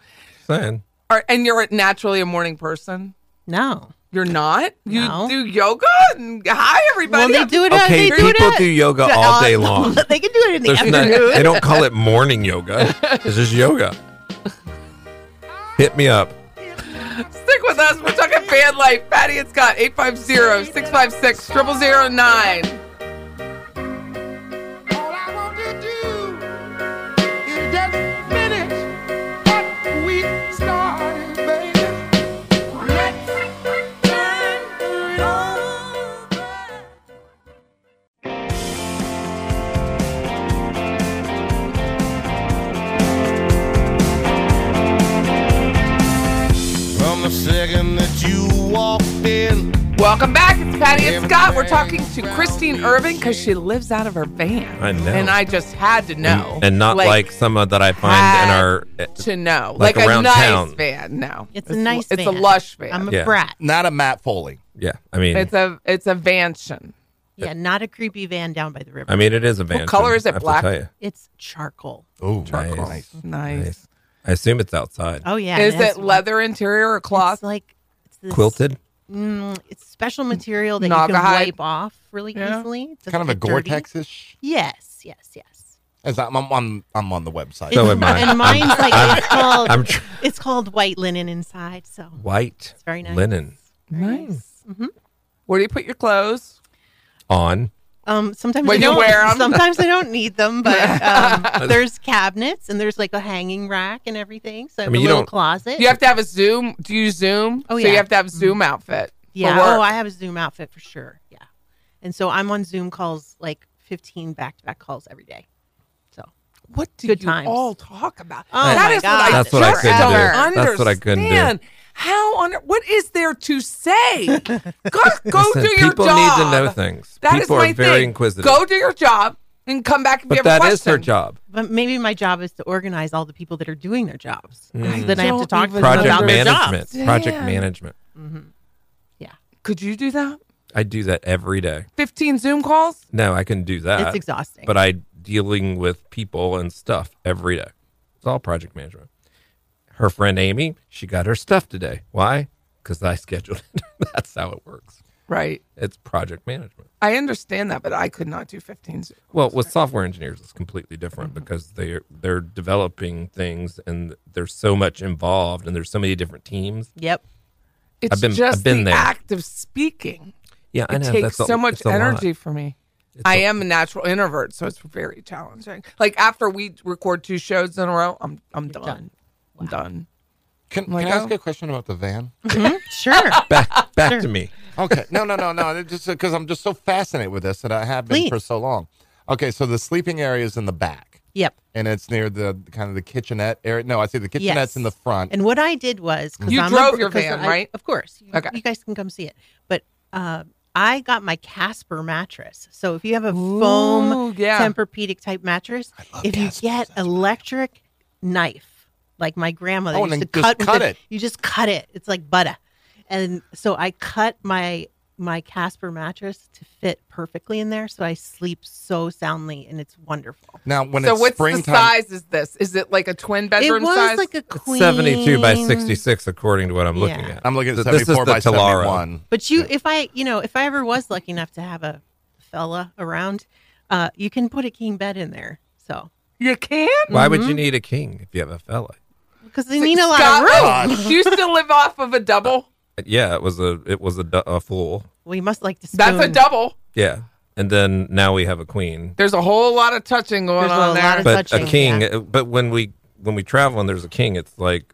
Speaker 2: saying
Speaker 1: Or, and you're naturally a morning person.
Speaker 4: No.
Speaker 1: You're not. You
Speaker 4: No.
Speaker 1: do yoga and hi everybody.
Speaker 4: well, they do it. uh,
Speaker 2: okay,
Speaker 4: they do it
Speaker 2: people
Speaker 4: at-
Speaker 2: do yoga all day long.
Speaker 4: they can do it in the
Speaker 2: There's not,
Speaker 4: afternoon.
Speaker 2: they don't call it morning yoga. It's just yoga. Hit me up.
Speaker 1: Stick with us. We're talking fan life. Patty and Scott, 850 656 0009.
Speaker 5: second that you walked in.
Speaker 1: Welcome back. It's Patty and Scott. We're talking to Christine Urban because she lives out of her van.
Speaker 2: I know.
Speaker 1: And I just had to know.
Speaker 2: and not like, some of that I find in
Speaker 1: had
Speaker 2: our.
Speaker 1: to know.
Speaker 2: like
Speaker 1: Like, a
Speaker 2: around
Speaker 1: nice
Speaker 2: town.
Speaker 1: van. No.
Speaker 4: It's a nice
Speaker 1: It's a
Speaker 4: van.
Speaker 1: lush van.
Speaker 4: I'm a
Speaker 2: Yeah.
Speaker 4: brat.
Speaker 3: Not a Matt Foley.
Speaker 2: Yeah, I mean,
Speaker 1: it's a it's a vansion.
Speaker 4: Yeah, not a creepy van down by the river.
Speaker 2: I mean, it is a van.
Speaker 1: color is it?
Speaker 2: I have to
Speaker 1: Black?
Speaker 2: tell you.
Speaker 4: it's charcoal.
Speaker 3: Oh,
Speaker 2: Nice.
Speaker 1: Nice.
Speaker 2: Nice. I assume it's outside.
Speaker 4: Oh yeah.
Speaker 1: Is
Speaker 4: and has-
Speaker 1: it leather interior or
Speaker 4: It's
Speaker 1: cloth?
Speaker 4: like it's this,
Speaker 2: Quilted.
Speaker 4: Mm, it's special material that
Speaker 1: Naga
Speaker 4: you can
Speaker 1: hide.
Speaker 4: wipe off really
Speaker 1: Yeah.
Speaker 4: easily. It doesn't
Speaker 3: Kind of a
Speaker 4: get dirty.
Speaker 3: Gore-Tex ish.
Speaker 4: Yes, yes, yes.
Speaker 3: As I'm, I'm, I'm, I'm on the website.
Speaker 2: So
Speaker 4: It's-
Speaker 2: am I.
Speaker 4: And mine's like it's called
Speaker 2: I'm tr-
Speaker 4: it's called white linen inside, so
Speaker 2: White
Speaker 4: it's very nice.
Speaker 2: linen
Speaker 1: nice. Where do you put your clothes?
Speaker 2: on.
Speaker 4: Um, sometimes
Speaker 1: When
Speaker 4: I
Speaker 1: you
Speaker 4: don't,
Speaker 1: wear 'em.
Speaker 4: Sometimes I don't need them, but um, there's cabinets and there's like a hanging rack and everything. So I have
Speaker 2: mean,
Speaker 4: a
Speaker 2: you
Speaker 4: little
Speaker 2: don't-
Speaker 4: closet.
Speaker 1: You have to have a Zoom. Do you Zoom?
Speaker 4: Oh,
Speaker 1: So you
Speaker 4: yeah.
Speaker 1: have to have Zoom outfit. for
Speaker 4: yeah.
Speaker 1: work.
Speaker 4: Oh, I have a Zoom outfit for sure. Yeah. And so I'm on Zoom calls like 15 back to back calls every day. So
Speaker 1: What do
Speaker 4: Good
Speaker 1: you
Speaker 4: times.
Speaker 1: all talk about?
Speaker 4: Oh
Speaker 1: that
Speaker 4: my
Speaker 1: is what I
Speaker 4: God.
Speaker 2: That's what I
Speaker 1: just
Speaker 2: couldn't
Speaker 1: don't
Speaker 2: do.
Speaker 1: understand.
Speaker 2: That's what I couldn't do.
Speaker 1: How on what is there to say? Go, go
Speaker 2: Listen,
Speaker 1: do your
Speaker 2: people
Speaker 1: job.
Speaker 2: need to know things.
Speaker 1: That is
Speaker 2: people
Speaker 1: my
Speaker 2: are very
Speaker 1: thing.
Speaker 2: inquisitive.
Speaker 1: Go do your job and come back if you
Speaker 2: but
Speaker 1: have a
Speaker 2: that
Speaker 1: question.
Speaker 2: is her job.
Speaker 4: But maybe my job is to organize all the people that are doing their jobs.
Speaker 1: I
Speaker 4: Then I have to
Speaker 1: don't
Speaker 4: talk to
Speaker 1: even know.
Speaker 2: Mm.
Speaker 4: them
Speaker 2: Project
Speaker 4: about their
Speaker 2: management.
Speaker 4: jobs.
Speaker 2: Project
Speaker 1: Damn.
Speaker 2: management.
Speaker 1: Could you do that?
Speaker 2: I do that every day.
Speaker 1: Fifteen Zoom calls.
Speaker 2: No, I can do that.
Speaker 4: It's exhausting.
Speaker 2: But I dealing with people and stuff every day. It's all project management. Her friend Amy, she got her stuff today. Why? Because I scheduled it. That's how it works.
Speaker 1: Right.
Speaker 2: It's project management.
Speaker 1: I understand that, but I could not do fifteen. Zoom.
Speaker 2: Well, with software engineers, it's completely different
Speaker 1: Mm-hmm.
Speaker 2: because they're they're developing things and there's so much involved and there's so many different teams.
Speaker 4: Yep.
Speaker 1: It's
Speaker 2: been-
Speaker 1: just
Speaker 2: I've been
Speaker 1: the
Speaker 2: there.
Speaker 1: act of speaking.
Speaker 2: Yeah, I
Speaker 1: It
Speaker 2: know.
Speaker 1: takes
Speaker 2: That's a-
Speaker 1: so much
Speaker 2: it's a lot.
Speaker 1: energy for me. I am a natural introvert, so it's very challenging. Like after we record two shows in a row, I'm I'm done.
Speaker 4: done.
Speaker 1: I'm done.
Speaker 3: Can, can
Speaker 1: Like,
Speaker 3: I ask
Speaker 1: oh.
Speaker 3: a question about the van?
Speaker 4: Mm-hmm. Sure.
Speaker 2: Back back to me.
Speaker 3: Okay. No, no, no, no. It's just because I'm just so fascinated with this, and I have been
Speaker 4: Please.
Speaker 3: for so long. Okay, so the sleeping area is in the back,
Speaker 4: yep.
Speaker 3: and it's near the kind of the kitchenette area. No, I see the kitchenette's
Speaker 4: Yes.
Speaker 3: in the front.
Speaker 4: And what I did was 'cause
Speaker 1: You
Speaker 4: I'm
Speaker 1: drove
Speaker 4: a,
Speaker 1: your
Speaker 4: 'cause
Speaker 1: van,
Speaker 4: I-
Speaker 1: right?
Speaker 4: Of course. You,
Speaker 1: Okay.
Speaker 4: You guys can come see it. But uh, I got my Casper mattress. So if you have a
Speaker 1: Ooh,
Speaker 4: foam
Speaker 1: yeah.
Speaker 4: Tempur-Pedic type mattress, if you get electric knife, like my grandmother
Speaker 3: Oh, and
Speaker 4: used to
Speaker 3: then just
Speaker 4: cut, with
Speaker 3: cut
Speaker 4: the-
Speaker 3: it.
Speaker 4: You just cut it. It's like butter. And so I cut my my Casper mattress to fit perfectly in there, so I sleep so soundly, and it's wonderful.
Speaker 3: now, when
Speaker 1: so
Speaker 3: it's
Speaker 1: what's the
Speaker 3: springtime,
Speaker 1: size? Is this? Is it like a twin bedroom
Speaker 4: it was
Speaker 1: size?
Speaker 4: like a
Speaker 2: It's
Speaker 4: queen.
Speaker 2: 72 by 66 according to what I'm looking
Speaker 4: Yeah.
Speaker 2: at.
Speaker 3: I'm looking at
Speaker 2: Th- this is
Speaker 3: 74
Speaker 2: the
Speaker 3: by
Speaker 2: Talara.
Speaker 3: 71.
Speaker 4: But you, if I, you know, if I ever was lucky enough to have a fella around, uh, you can put a king bed in there. So,
Speaker 1: you can.
Speaker 2: Why would
Speaker 1: Mm-hmm.
Speaker 2: you need a king if you have a fella?
Speaker 4: because they need a lot
Speaker 1: Scott,
Speaker 4: of room.
Speaker 1: Do you still live off of a double?
Speaker 2: Yeah, it was a it was a, du- a fool.
Speaker 4: We must like to spoon.
Speaker 1: That's a double.
Speaker 2: Yeah, and then now we have a queen,
Speaker 1: There's a whole lot of touching going
Speaker 4: There's a
Speaker 1: on
Speaker 4: lot
Speaker 1: there.
Speaker 4: of-
Speaker 2: but
Speaker 4: touching,
Speaker 2: a king. uh,
Speaker 4: yeah.
Speaker 2: But when we when we travel and there's a king, it's like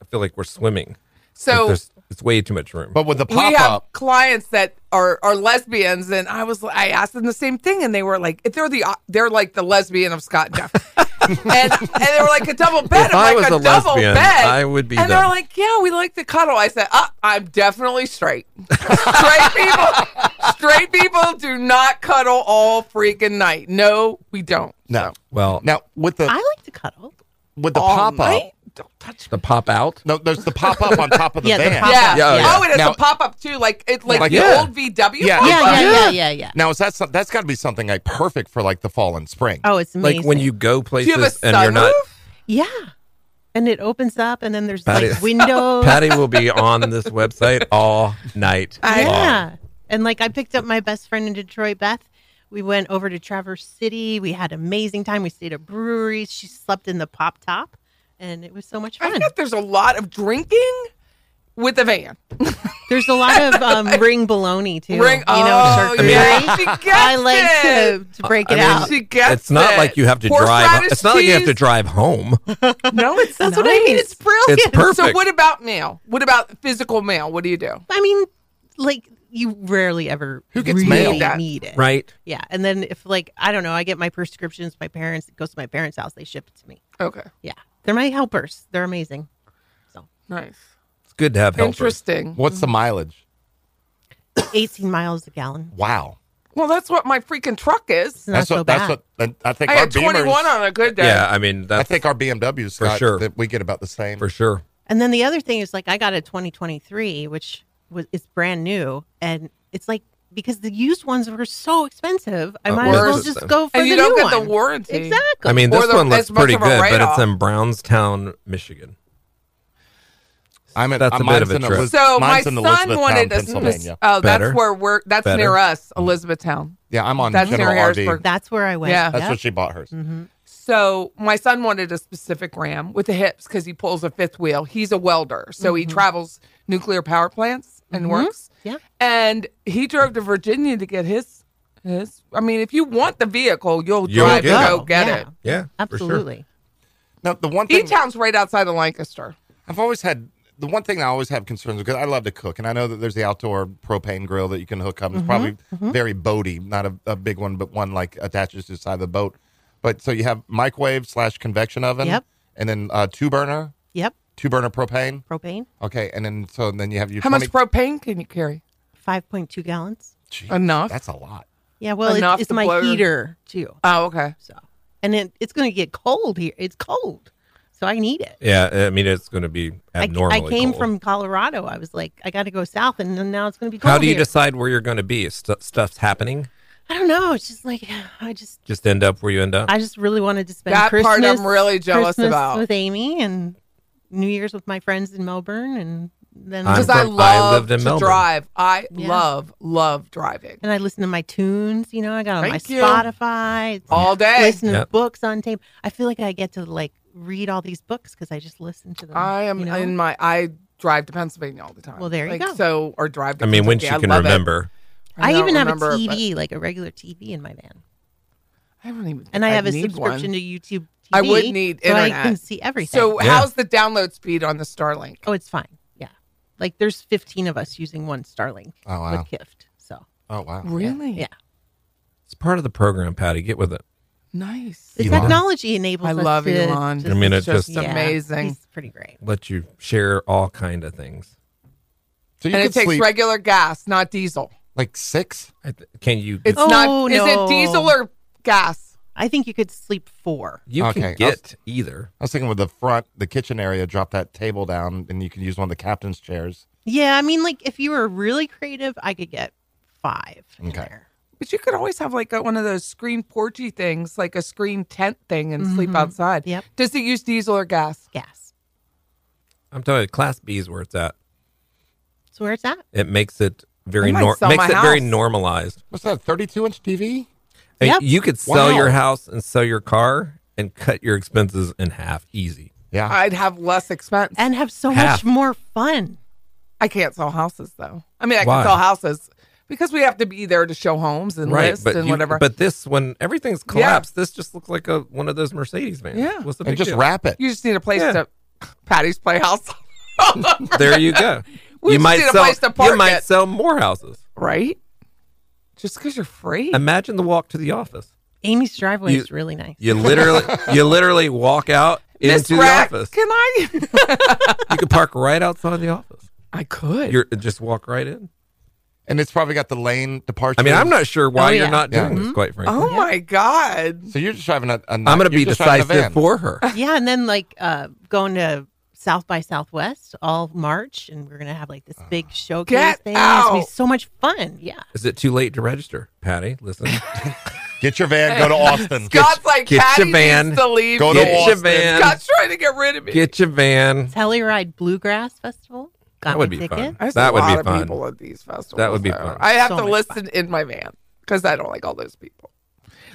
Speaker 2: I feel like we're swimming. Like,
Speaker 1: so
Speaker 2: there's, it's way too much room.
Speaker 3: But with the
Speaker 1: we
Speaker 3: pop
Speaker 1: have
Speaker 3: up,
Speaker 1: clients that are are lesbians, and I was I asked them the same thing, and they were like, they're the they're like the lesbian of Scott and Jeff, and, and they were like a double bed.
Speaker 2: If
Speaker 1: I'm
Speaker 2: I
Speaker 1: like,
Speaker 2: was
Speaker 1: a,
Speaker 2: a
Speaker 1: double
Speaker 2: lesbian,
Speaker 1: bed.
Speaker 2: I would be
Speaker 1: And
Speaker 2: them.
Speaker 1: they're like, yeah, we like to cuddle. I said, ah, I'm definitely straight. straight people, straight people do not cuddle all freaking night. No, we don't.
Speaker 3: no.
Speaker 2: well,
Speaker 3: Now with the
Speaker 4: I like to cuddle.
Speaker 3: with the
Speaker 1: All
Speaker 3: pop up,
Speaker 1: night? Don't touch
Speaker 2: the pop out.
Speaker 3: no, there's the pop up on top of the
Speaker 4: Yeah, the
Speaker 3: van.
Speaker 4: pop-up.
Speaker 1: Yeah.
Speaker 2: Yeah, oh, yeah.
Speaker 1: Oh, and it's
Speaker 3: Now-
Speaker 1: a pop up too, like it, like,
Speaker 3: Like,
Speaker 1: the
Speaker 2: yeah.
Speaker 1: old VW.
Speaker 3: Yeah.
Speaker 1: pop-up.
Speaker 4: Yeah, yeah, yeah, yeah, yeah.
Speaker 3: Now is that some, that's got to be something like perfect for like the fall and spring?
Speaker 4: Oh, it's amazing.
Speaker 2: Like when you go
Speaker 1: Do you
Speaker 2: places
Speaker 1: have a
Speaker 2: and you're
Speaker 1: sunroof?
Speaker 2: not.
Speaker 4: yeah, and it opens up, and then there's
Speaker 2: Patty-
Speaker 4: like windows.
Speaker 2: Patty will be on this website all night. long.
Speaker 4: yeah, and like I picked up my best friend in Detroit, Beth. We went over to Traverse City. We had amazing time. We stayed at breweries. She slept in the pop top, and it was so much
Speaker 1: I
Speaker 4: fun.
Speaker 1: think there's a lot of drinking with a van.
Speaker 4: There's a lot of um, ring bologna too.
Speaker 1: Ring,
Speaker 4: you know,
Speaker 1: oh,
Speaker 4: charcuterie.
Speaker 1: yeah. she gets
Speaker 4: I like
Speaker 1: it.
Speaker 4: to, to break it
Speaker 2: I mean,
Speaker 4: out.
Speaker 1: She gets
Speaker 2: It's not
Speaker 1: it.
Speaker 2: like you have to drive.
Speaker 1: Horseradish
Speaker 2: It's not like you have to
Speaker 1: cheese.
Speaker 2: drive home.
Speaker 1: No, it's
Speaker 4: That's what I mean.
Speaker 1: nice.
Speaker 4: It's brilliant.
Speaker 2: It's perfect.
Speaker 1: So what about mail? What about physical mail? What do you do?
Speaker 4: I mean, like you rarely ever
Speaker 3: Who gets
Speaker 4: really
Speaker 3: mail?
Speaker 1: That-
Speaker 4: need it,
Speaker 2: Right.
Speaker 4: Yeah, and then if like I don't know, I get my prescriptions. My parents it goes to my parents' house. They ship it to me.
Speaker 1: Okay,
Speaker 4: Yeah, they're my helpers. They're amazing.
Speaker 1: nice.
Speaker 2: It's good to have helpers.
Speaker 1: Interesting.
Speaker 3: What's the mileage?
Speaker 4: 18 miles a gallon.
Speaker 3: Wow.
Speaker 1: Well, that's what my freaking truck is.
Speaker 4: It's not
Speaker 3: that's
Speaker 4: so
Speaker 3: what.
Speaker 4: bad.
Speaker 3: That's what. and I think
Speaker 1: I
Speaker 3: our
Speaker 1: had
Speaker 3: Beamers.
Speaker 1: 21 on a good day.
Speaker 2: Yeah, I mean that's
Speaker 3: I think our BMWs
Speaker 2: For
Speaker 3: got-
Speaker 2: sure.
Speaker 3: that we get about the same.
Speaker 2: for sure.
Speaker 4: And then the other thing is like I got a 2023, which was it's brand new, and it's like because the used ones were so expensive, I
Speaker 2: Uh,
Speaker 4: might as
Speaker 2: worse
Speaker 4: well
Speaker 2: is
Speaker 4: just
Speaker 2: the-
Speaker 4: go for
Speaker 1: And
Speaker 4: the
Speaker 1: you don't
Speaker 4: new
Speaker 1: get the
Speaker 4: one.
Speaker 1: warranty.
Speaker 4: Exactly.
Speaker 2: I mean
Speaker 1: Or
Speaker 2: this
Speaker 1: the-
Speaker 2: one looks
Speaker 1: as much
Speaker 2: pretty
Speaker 1: of a
Speaker 2: good, but
Speaker 1: write-off.
Speaker 2: it's in Brownstown, Michigan.
Speaker 3: I'm in, uh,
Speaker 2: That's a bit
Speaker 3: mine's
Speaker 2: of a
Speaker 3: in
Speaker 2: trip.
Speaker 3: Eliz-
Speaker 1: So
Speaker 3: mine's
Speaker 1: my
Speaker 3: in
Speaker 1: son
Speaker 3: Elizabethtown,
Speaker 1: wanted to.
Speaker 3: Pennsylvania.
Speaker 1: Oh,
Speaker 2: Better.
Speaker 1: that's where we're. That's
Speaker 2: Better. Mm.
Speaker 1: near us, Elizabethtown.
Speaker 3: yeah, I'm on
Speaker 1: That's near
Speaker 3: General RV.
Speaker 1: Harrisburg.
Speaker 4: That's where I went.
Speaker 1: Yeah. Mm-hmm.
Speaker 3: That's what she bought hers.
Speaker 1: So my son wanted a specific ram with the hips because he pulls a fifth wheel. He's a welder, so he travels nuclear power plants and works.
Speaker 4: Mm-hmm. Yeah.
Speaker 1: And he drove to Virginia to get his. His. I mean, if you want the vehicle, you'll,
Speaker 2: You'll
Speaker 1: drive
Speaker 2: get
Speaker 1: to
Speaker 2: it.
Speaker 1: go get
Speaker 4: Yeah.
Speaker 1: it.
Speaker 2: Yeah, for sure.
Speaker 4: Absolutely.
Speaker 3: Now the one
Speaker 1: E
Speaker 3: thing
Speaker 1: Town's right outside of Lancaster.
Speaker 3: I've always had the one thing I always have concerns because I love to cook, and I know that there's the outdoor propane grill that you can hook
Speaker 1: Mm-hmm.
Speaker 3: up. It's probably very boaty, not a, a big one, but one like attaches to the side of the boat. But so you have microwave slash convection oven,
Speaker 4: Yep.
Speaker 3: and then uh, two burner,
Speaker 4: Yep.
Speaker 3: two burner propane.
Speaker 4: Propane,
Speaker 3: Okay, and then so then you have your
Speaker 1: How
Speaker 3: 20
Speaker 1: much propane can you carry?
Speaker 4: 5.2 gallons.
Speaker 3: Jeez,
Speaker 1: Enough.
Speaker 3: That's a lot.
Speaker 4: Yeah. Well, it's,
Speaker 1: Enough
Speaker 4: it's
Speaker 1: to
Speaker 4: my
Speaker 1: blow your-
Speaker 4: heater too.
Speaker 1: Oh, okay.
Speaker 4: So, and it, it's going to get cold here. It's cold, so I need it.
Speaker 2: Yeah, I mean it's going to be
Speaker 4: I,
Speaker 2: abnormally
Speaker 4: I came
Speaker 2: cold.
Speaker 4: from Colorado. I was like, I got to go south, and then now it's going to be cold.
Speaker 2: How do you
Speaker 4: here.
Speaker 2: decide where you're going to be? Stu stuff's happening.
Speaker 4: I don't know. It's just like I just
Speaker 2: Just end up where you end up.
Speaker 4: I just really wanted to spend
Speaker 1: That part
Speaker 4: Christmas,
Speaker 1: I'm really jealous
Speaker 4: Christmas
Speaker 1: about.
Speaker 4: with Amy and New Year's with my friends in Melbourne, and then
Speaker 2: I'm
Speaker 1: Because I
Speaker 2: from- I
Speaker 1: love
Speaker 2: lived in
Speaker 1: to
Speaker 2: Melbourne.
Speaker 1: drive. I
Speaker 4: Yeah.
Speaker 1: love, love driving
Speaker 4: and I listen to my tunes. You know, I got on
Speaker 1: Thank
Speaker 4: my
Speaker 1: you.
Speaker 4: Spotify. It's-
Speaker 1: all day.
Speaker 4: listen to
Speaker 2: Yep.
Speaker 4: books on tape. I feel like I get to like read all these books because I just listen to them.
Speaker 1: I am
Speaker 4: you know?
Speaker 1: in my. I drive to Pennsylvania all the time.
Speaker 4: Well, there you
Speaker 1: like,
Speaker 4: go.
Speaker 1: So or drive. To
Speaker 2: I mean, when she
Speaker 1: Kentucky.
Speaker 2: can
Speaker 1: love it.
Speaker 2: remember.
Speaker 4: I,
Speaker 1: don't
Speaker 4: even have a
Speaker 1: remember, but
Speaker 4: TV, like a regular TV in my van.
Speaker 1: I don't even.
Speaker 4: And I
Speaker 1: think
Speaker 4: have
Speaker 1: I'd
Speaker 4: a
Speaker 1: need
Speaker 4: subscription
Speaker 1: one.
Speaker 4: to YouTube TV.
Speaker 1: I would need
Speaker 4: so I can
Speaker 1: internet.
Speaker 4: see everything.
Speaker 1: So
Speaker 2: Yeah.
Speaker 1: how's the download speed on the Starlink?
Speaker 4: oh, it's fine. Yeah. Like there's 15 of us using one Starlink
Speaker 3: Oh, wow.
Speaker 4: with Kift. So
Speaker 3: Oh wow.
Speaker 1: Really?
Speaker 4: yeah.
Speaker 2: It's part of the program, Patty. Get with it.
Speaker 1: Nice.
Speaker 4: The
Speaker 3: Elon.
Speaker 4: technology enables
Speaker 1: I
Speaker 4: us
Speaker 1: love
Speaker 4: to,
Speaker 1: Elon.
Speaker 4: to-
Speaker 2: I mean,
Speaker 1: it's
Speaker 2: it just-
Speaker 1: just amazing.
Speaker 4: He's pretty great.
Speaker 2: Let you share all kind of things.
Speaker 3: So you
Speaker 1: And
Speaker 3: can
Speaker 1: it takes
Speaker 3: sleep
Speaker 1: regular gas, not diesel.
Speaker 3: like six.
Speaker 2: I th- can you?
Speaker 1: It's
Speaker 4: Oh,
Speaker 1: not. Is
Speaker 4: no.
Speaker 1: it diesel or gas?
Speaker 4: I think you could sleep four.
Speaker 2: you
Speaker 3: okay, I'll-
Speaker 2: can get either.
Speaker 3: I was thinking with the front, the kitchen area, drop that table down, and you can use one of the captain's chairs.
Speaker 4: Yeah. I mean, like if you were really creative, I could get five. in
Speaker 3: Okay.
Speaker 4: there.
Speaker 1: But you could always have like a, one of those screen porchy things, like a screen tent thing, and sleep outside.
Speaker 4: Mm-hmm. Yep.
Speaker 1: Does it use diesel or gas?
Speaker 4: Gas.
Speaker 2: I'm telling you, Class B is where it's at.
Speaker 4: So where's that?
Speaker 2: It makes it very
Speaker 1: I might
Speaker 2: nor-
Speaker 1: sell
Speaker 2: makes
Speaker 1: my
Speaker 2: it very
Speaker 1: house.
Speaker 2: normalized.
Speaker 3: What's that? Thirty-two inch TV?
Speaker 2: I mean,
Speaker 4: Yep.
Speaker 2: You could sell
Speaker 3: Wow.
Speaker 2: your house and sell your car and cut your expenses in half, easy.
Speaker 3: Yeah.
Speaker 1: I'd have less expense.
Speaker 4: And have so
Speaker 2: Half.
Speaker 4: much more fun.
Speaker 1: I can't sell houses though. I mean, I
Speaker 2: Why?
Speaker 1: can sell houses because we have to be there to show homes and lists
Speaker 2: but
Speaker 1: and
Speaker 2: you-
Speaker 1: whatever.
Speaker 2: But this, when everything's collapsed, this just looks like a one of those Mercedes vans.
Speaker 1: Yeah.
Speaker 2: What's the
Speaker 3: and
Speaker 2: big
Speaker 3: just
Speaker 2: deal?
Speaker 3: wrap it.
Speaker 1: you just need a place
Speaker 2: Yeah.
Speaker 1: to Patty's Playhouse,
Speaker 2: There you go.
Speaker 1: We
Speaker 2: you
Speaker 1: just
Speaker 2: might
Speaker 1: need a
Speaker 2: sell.
Speaker 1: place to park
Speaker 2: you might
Speaker 1: it.
Speaker 2: sell more houses.
Speaker 1: right? Just because you're free.
Speaker 2: Imagine the walk to the office.
Speaker 4: Amy's driveway
Speaker 2: You-
Speaker 4: is really nice.
Speaker 2: You literally, you literally walk out
Speaker 1: Miss
Speaker 2: into
Speaker 1: Rack,
Speaker 2: the office.
Speaker 1: Can I?
Speaker 2: You could park right outside the office.
Speaker 1: I could.
Speaker 2: You're just walk right in.
Speaker 3: And it's probably got the lane departure.
Speaker 2: I mean, I'm not sure why
Speaker 4: Oh,
Speaker 2: you're
Speaker 4: yeah.
Speaker 2: not doing
Speaker 3: Yeah.
Speaker 2: this, quite frankly.
Speaker 1: oh my god!
Speaker 3: So you're just driving a. a
Speaker 2: I'm going to
Speaker 3: you're
Speaker 2: be
Speaker 3: just driving a van.
Speaker 2: decisive for her.
Speaker 4: yeah, and then like uh, going to South by Southwest all March, and we're gonna have like
Speaker 2: Ah.
Speaker 4: this big showcase
Speaker 1: Get
Speaker 4: thing. It's gonna be
Speaker 1: out.
Speaker 4: so much fun. Yeah,
Speaker 2: Is it too late to register, Patty? Listen,
Speaker 3: Get your van, go to Austin.
Speaker 1: Scott's like
Speaker 2: get your
Speaker 1: Patty
Speaker 2: van.
Speaker 1: needs to leave.
Speaker 3: Go to
Speaker 1: me."
Speaker 2: get your
Speaker 3: Austin.
Speaker 2: van.
Speaker 1: Scott's trying to get rid of me.
Speaker 2: Get your van.
Speaker 4: Telluride Bluegrass Festival. Got
Speaker 2: That would
Speaker 4: my
Speaker 2: be
Speaker 4: ticket.
Speaker 2: fun.
Speaker 1: There's
Speaker 2: That
Speaker 1: a
Speaker 2: would
Speaker 1: lot
Speaker 2: be
Speaker 1: of
Speaker 2: fun.
Speaker 1: people at these festivals.
Speaker 2: That would be
Speaker 1: though.
Speaker 2: fun.
Speaker 1: I have
Speaker 4: So
Speaker 1: to
Speaker 4: much
Speaker 1: listen in my van because I don't like all those people.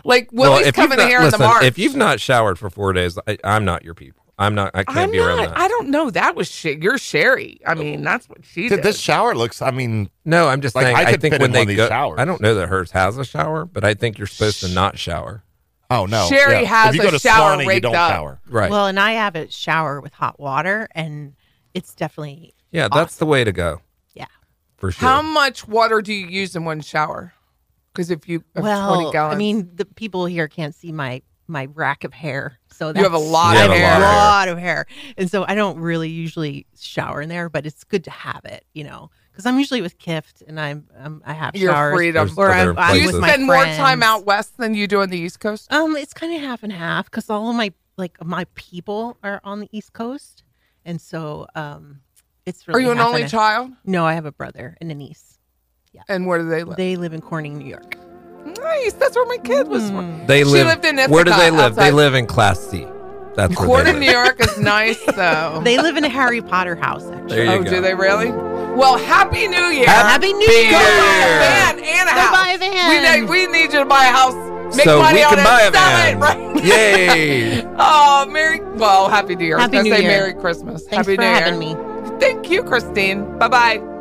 Speaker 1: Like
Speaker 2: Well,
Speaker 1: Willie's
Speaker 2: you've
Speaker 1: coming
Speaker 2: not-
Speaker 1: here
Speaker 2: listen,
Speaker 1: in the March.
Speaker 2: If you've not showered for four days, I, I'm not your people. I'm not. I can't
Speaker 1: I'm
Speaker 2: be around
Speaker 1: not.
Speaker 2: that.
Speaker 1: I don't know. That was shit. You're Sherry.
Speaker 2: Oh.
Speaker 1: I mean, that's what she
Speaker 3: Dude,
Speaker 1: did.
Speaker 3: this shower looks. I mean,
Speaker 2: no, I'm just
Speaker 3: Like,
Speaker 2: saying.
Speaker 3: I
Speaker 2: I,
Speaker 3: could
Speaker 2: think
Speaker 3: fit
Speaker 2: when
Speaker 3: in
Speaker 2: they
Speaker 3: one of these
Speaker 2: go,
Speaker 3: showers.
Speaker 2: I don't know that hers has a shower, but I think you're supposed to not shower.
Speaker 3: oh no.
Speaker 1: Sherry has
Speaker 3: if you
Speaker 1: a
Speaker 3: go to
Speaker 1: shower
Speaker 3: Swanee, you
Speaker 1: raked
Speaker 3: don't
Speaker 1: up.
Speaker 3: shower.
Speaker 2: Right.
Speaker 4: Well, and I have a shower with hot water, and it's definitely
Speaker 2: yeah, that's the way to go
Speaker 4: yeah.
Speaker 2: for sure.
Speaker 1: How much water do you use in one shower? Because if you have
Speaker 4: Well,
Speaker 1: 20 gallons,
Speaker 4: I mean, the people here can't see my my rack of hair. So
Speaker 1: You have a
Speaker 4: that's-
Speaker 1: lot
Speaker 2: You
Speaker 1: of
Speaker 2: have a
Speaker 1: hair.
Speaker 4: a
Speaker 2: hair.
Speaker 4: lot of hair. And so I don't really usually shower in there, but it's good to have it, you know, because I'm usually with Kift and I'm, I'm I have
Speaker 1: Your
Speaker 4: showers.
Speaker 1: freedom.
Speaker 2: There's
Speaker 4: Or I'm,
Speaker 2: other
Speaker 4: I'm
Speaker 1: Do you
Speaker 4: with
Speaker 2: places.
Speaker 4: my
Speaker 1: spend more
Speaker 4: friends.
Speaker 1: time out west than you do on the East Coast?
Speaker 4: Um, it's kind of half and half because all of my like my people are on the East Coast, and so um, it's really.
Speaker 1: Are you an
Speaker 4: half
Speaker 1: only
Speaker 4: and-
Speaker 1: child?
Speaker 4: No, I have a brother and a niece.
Speaker 1: And where do they live?
Speaker 4: They live in Corning, New York.
Speaker 1: nice. That's where my kid was.
Speaker 4: Hmm.
Speaker 1: from.
Speaker 2: They
Speaker 1: She
Speaker 2: live.
Speaker 1: lived in
Speaker 2: where do
Speaker 1: Ithaca,
Speaker 2: they live? They
Speaker 1: outside.
Speaker 2: live in Class C. That's where
Speaker 1: Court
Speaker 2: they
Speaker 1: in
Speaker 2: live.
Speaker 1: New York is nice, though.
Speaker 4: They live in a Harry Potter house. Actually.
Speaker 2: There you
Speaker 1: oh,
Speaker 2: go.
Speaker 1: do they really? Well, Happy New Year.
Speaker 4: Happy New Year!
Speaker 1: Go buy a van and a
Speaker 4: Go
Speaker 1: house.
Speaker 4: buy a van.
Speaker 1: We need, we need you to buy a house. Make
Speaker 2: so
Speaker 1: money
Speaker 2: we
Speaker 1: on
Speaker 2: can
Speaker 1: it.
Speaker 2: buy a
Speaker 1: sell
Speaker 2: van.
Speaker 1: it, right?
Speaker 2: Yay!
Speaker 1: Oh, Merry. Well, Happy New Year. I was
Speaker 4: Happy
Speaker 1: gonna
Speaker 4: New
Speaker 1: say
Speaker 4: Year.
Speaker 1: Merry Christmas.
Speaker 4: Thanks
Speaker 1: Happy
Speaker 4: for
Speaker 1: New
Speaker 4: having
Speaker 1: Year.
Speaker 4: me.
Speaker 1: Thank you, Christine. Bye bye.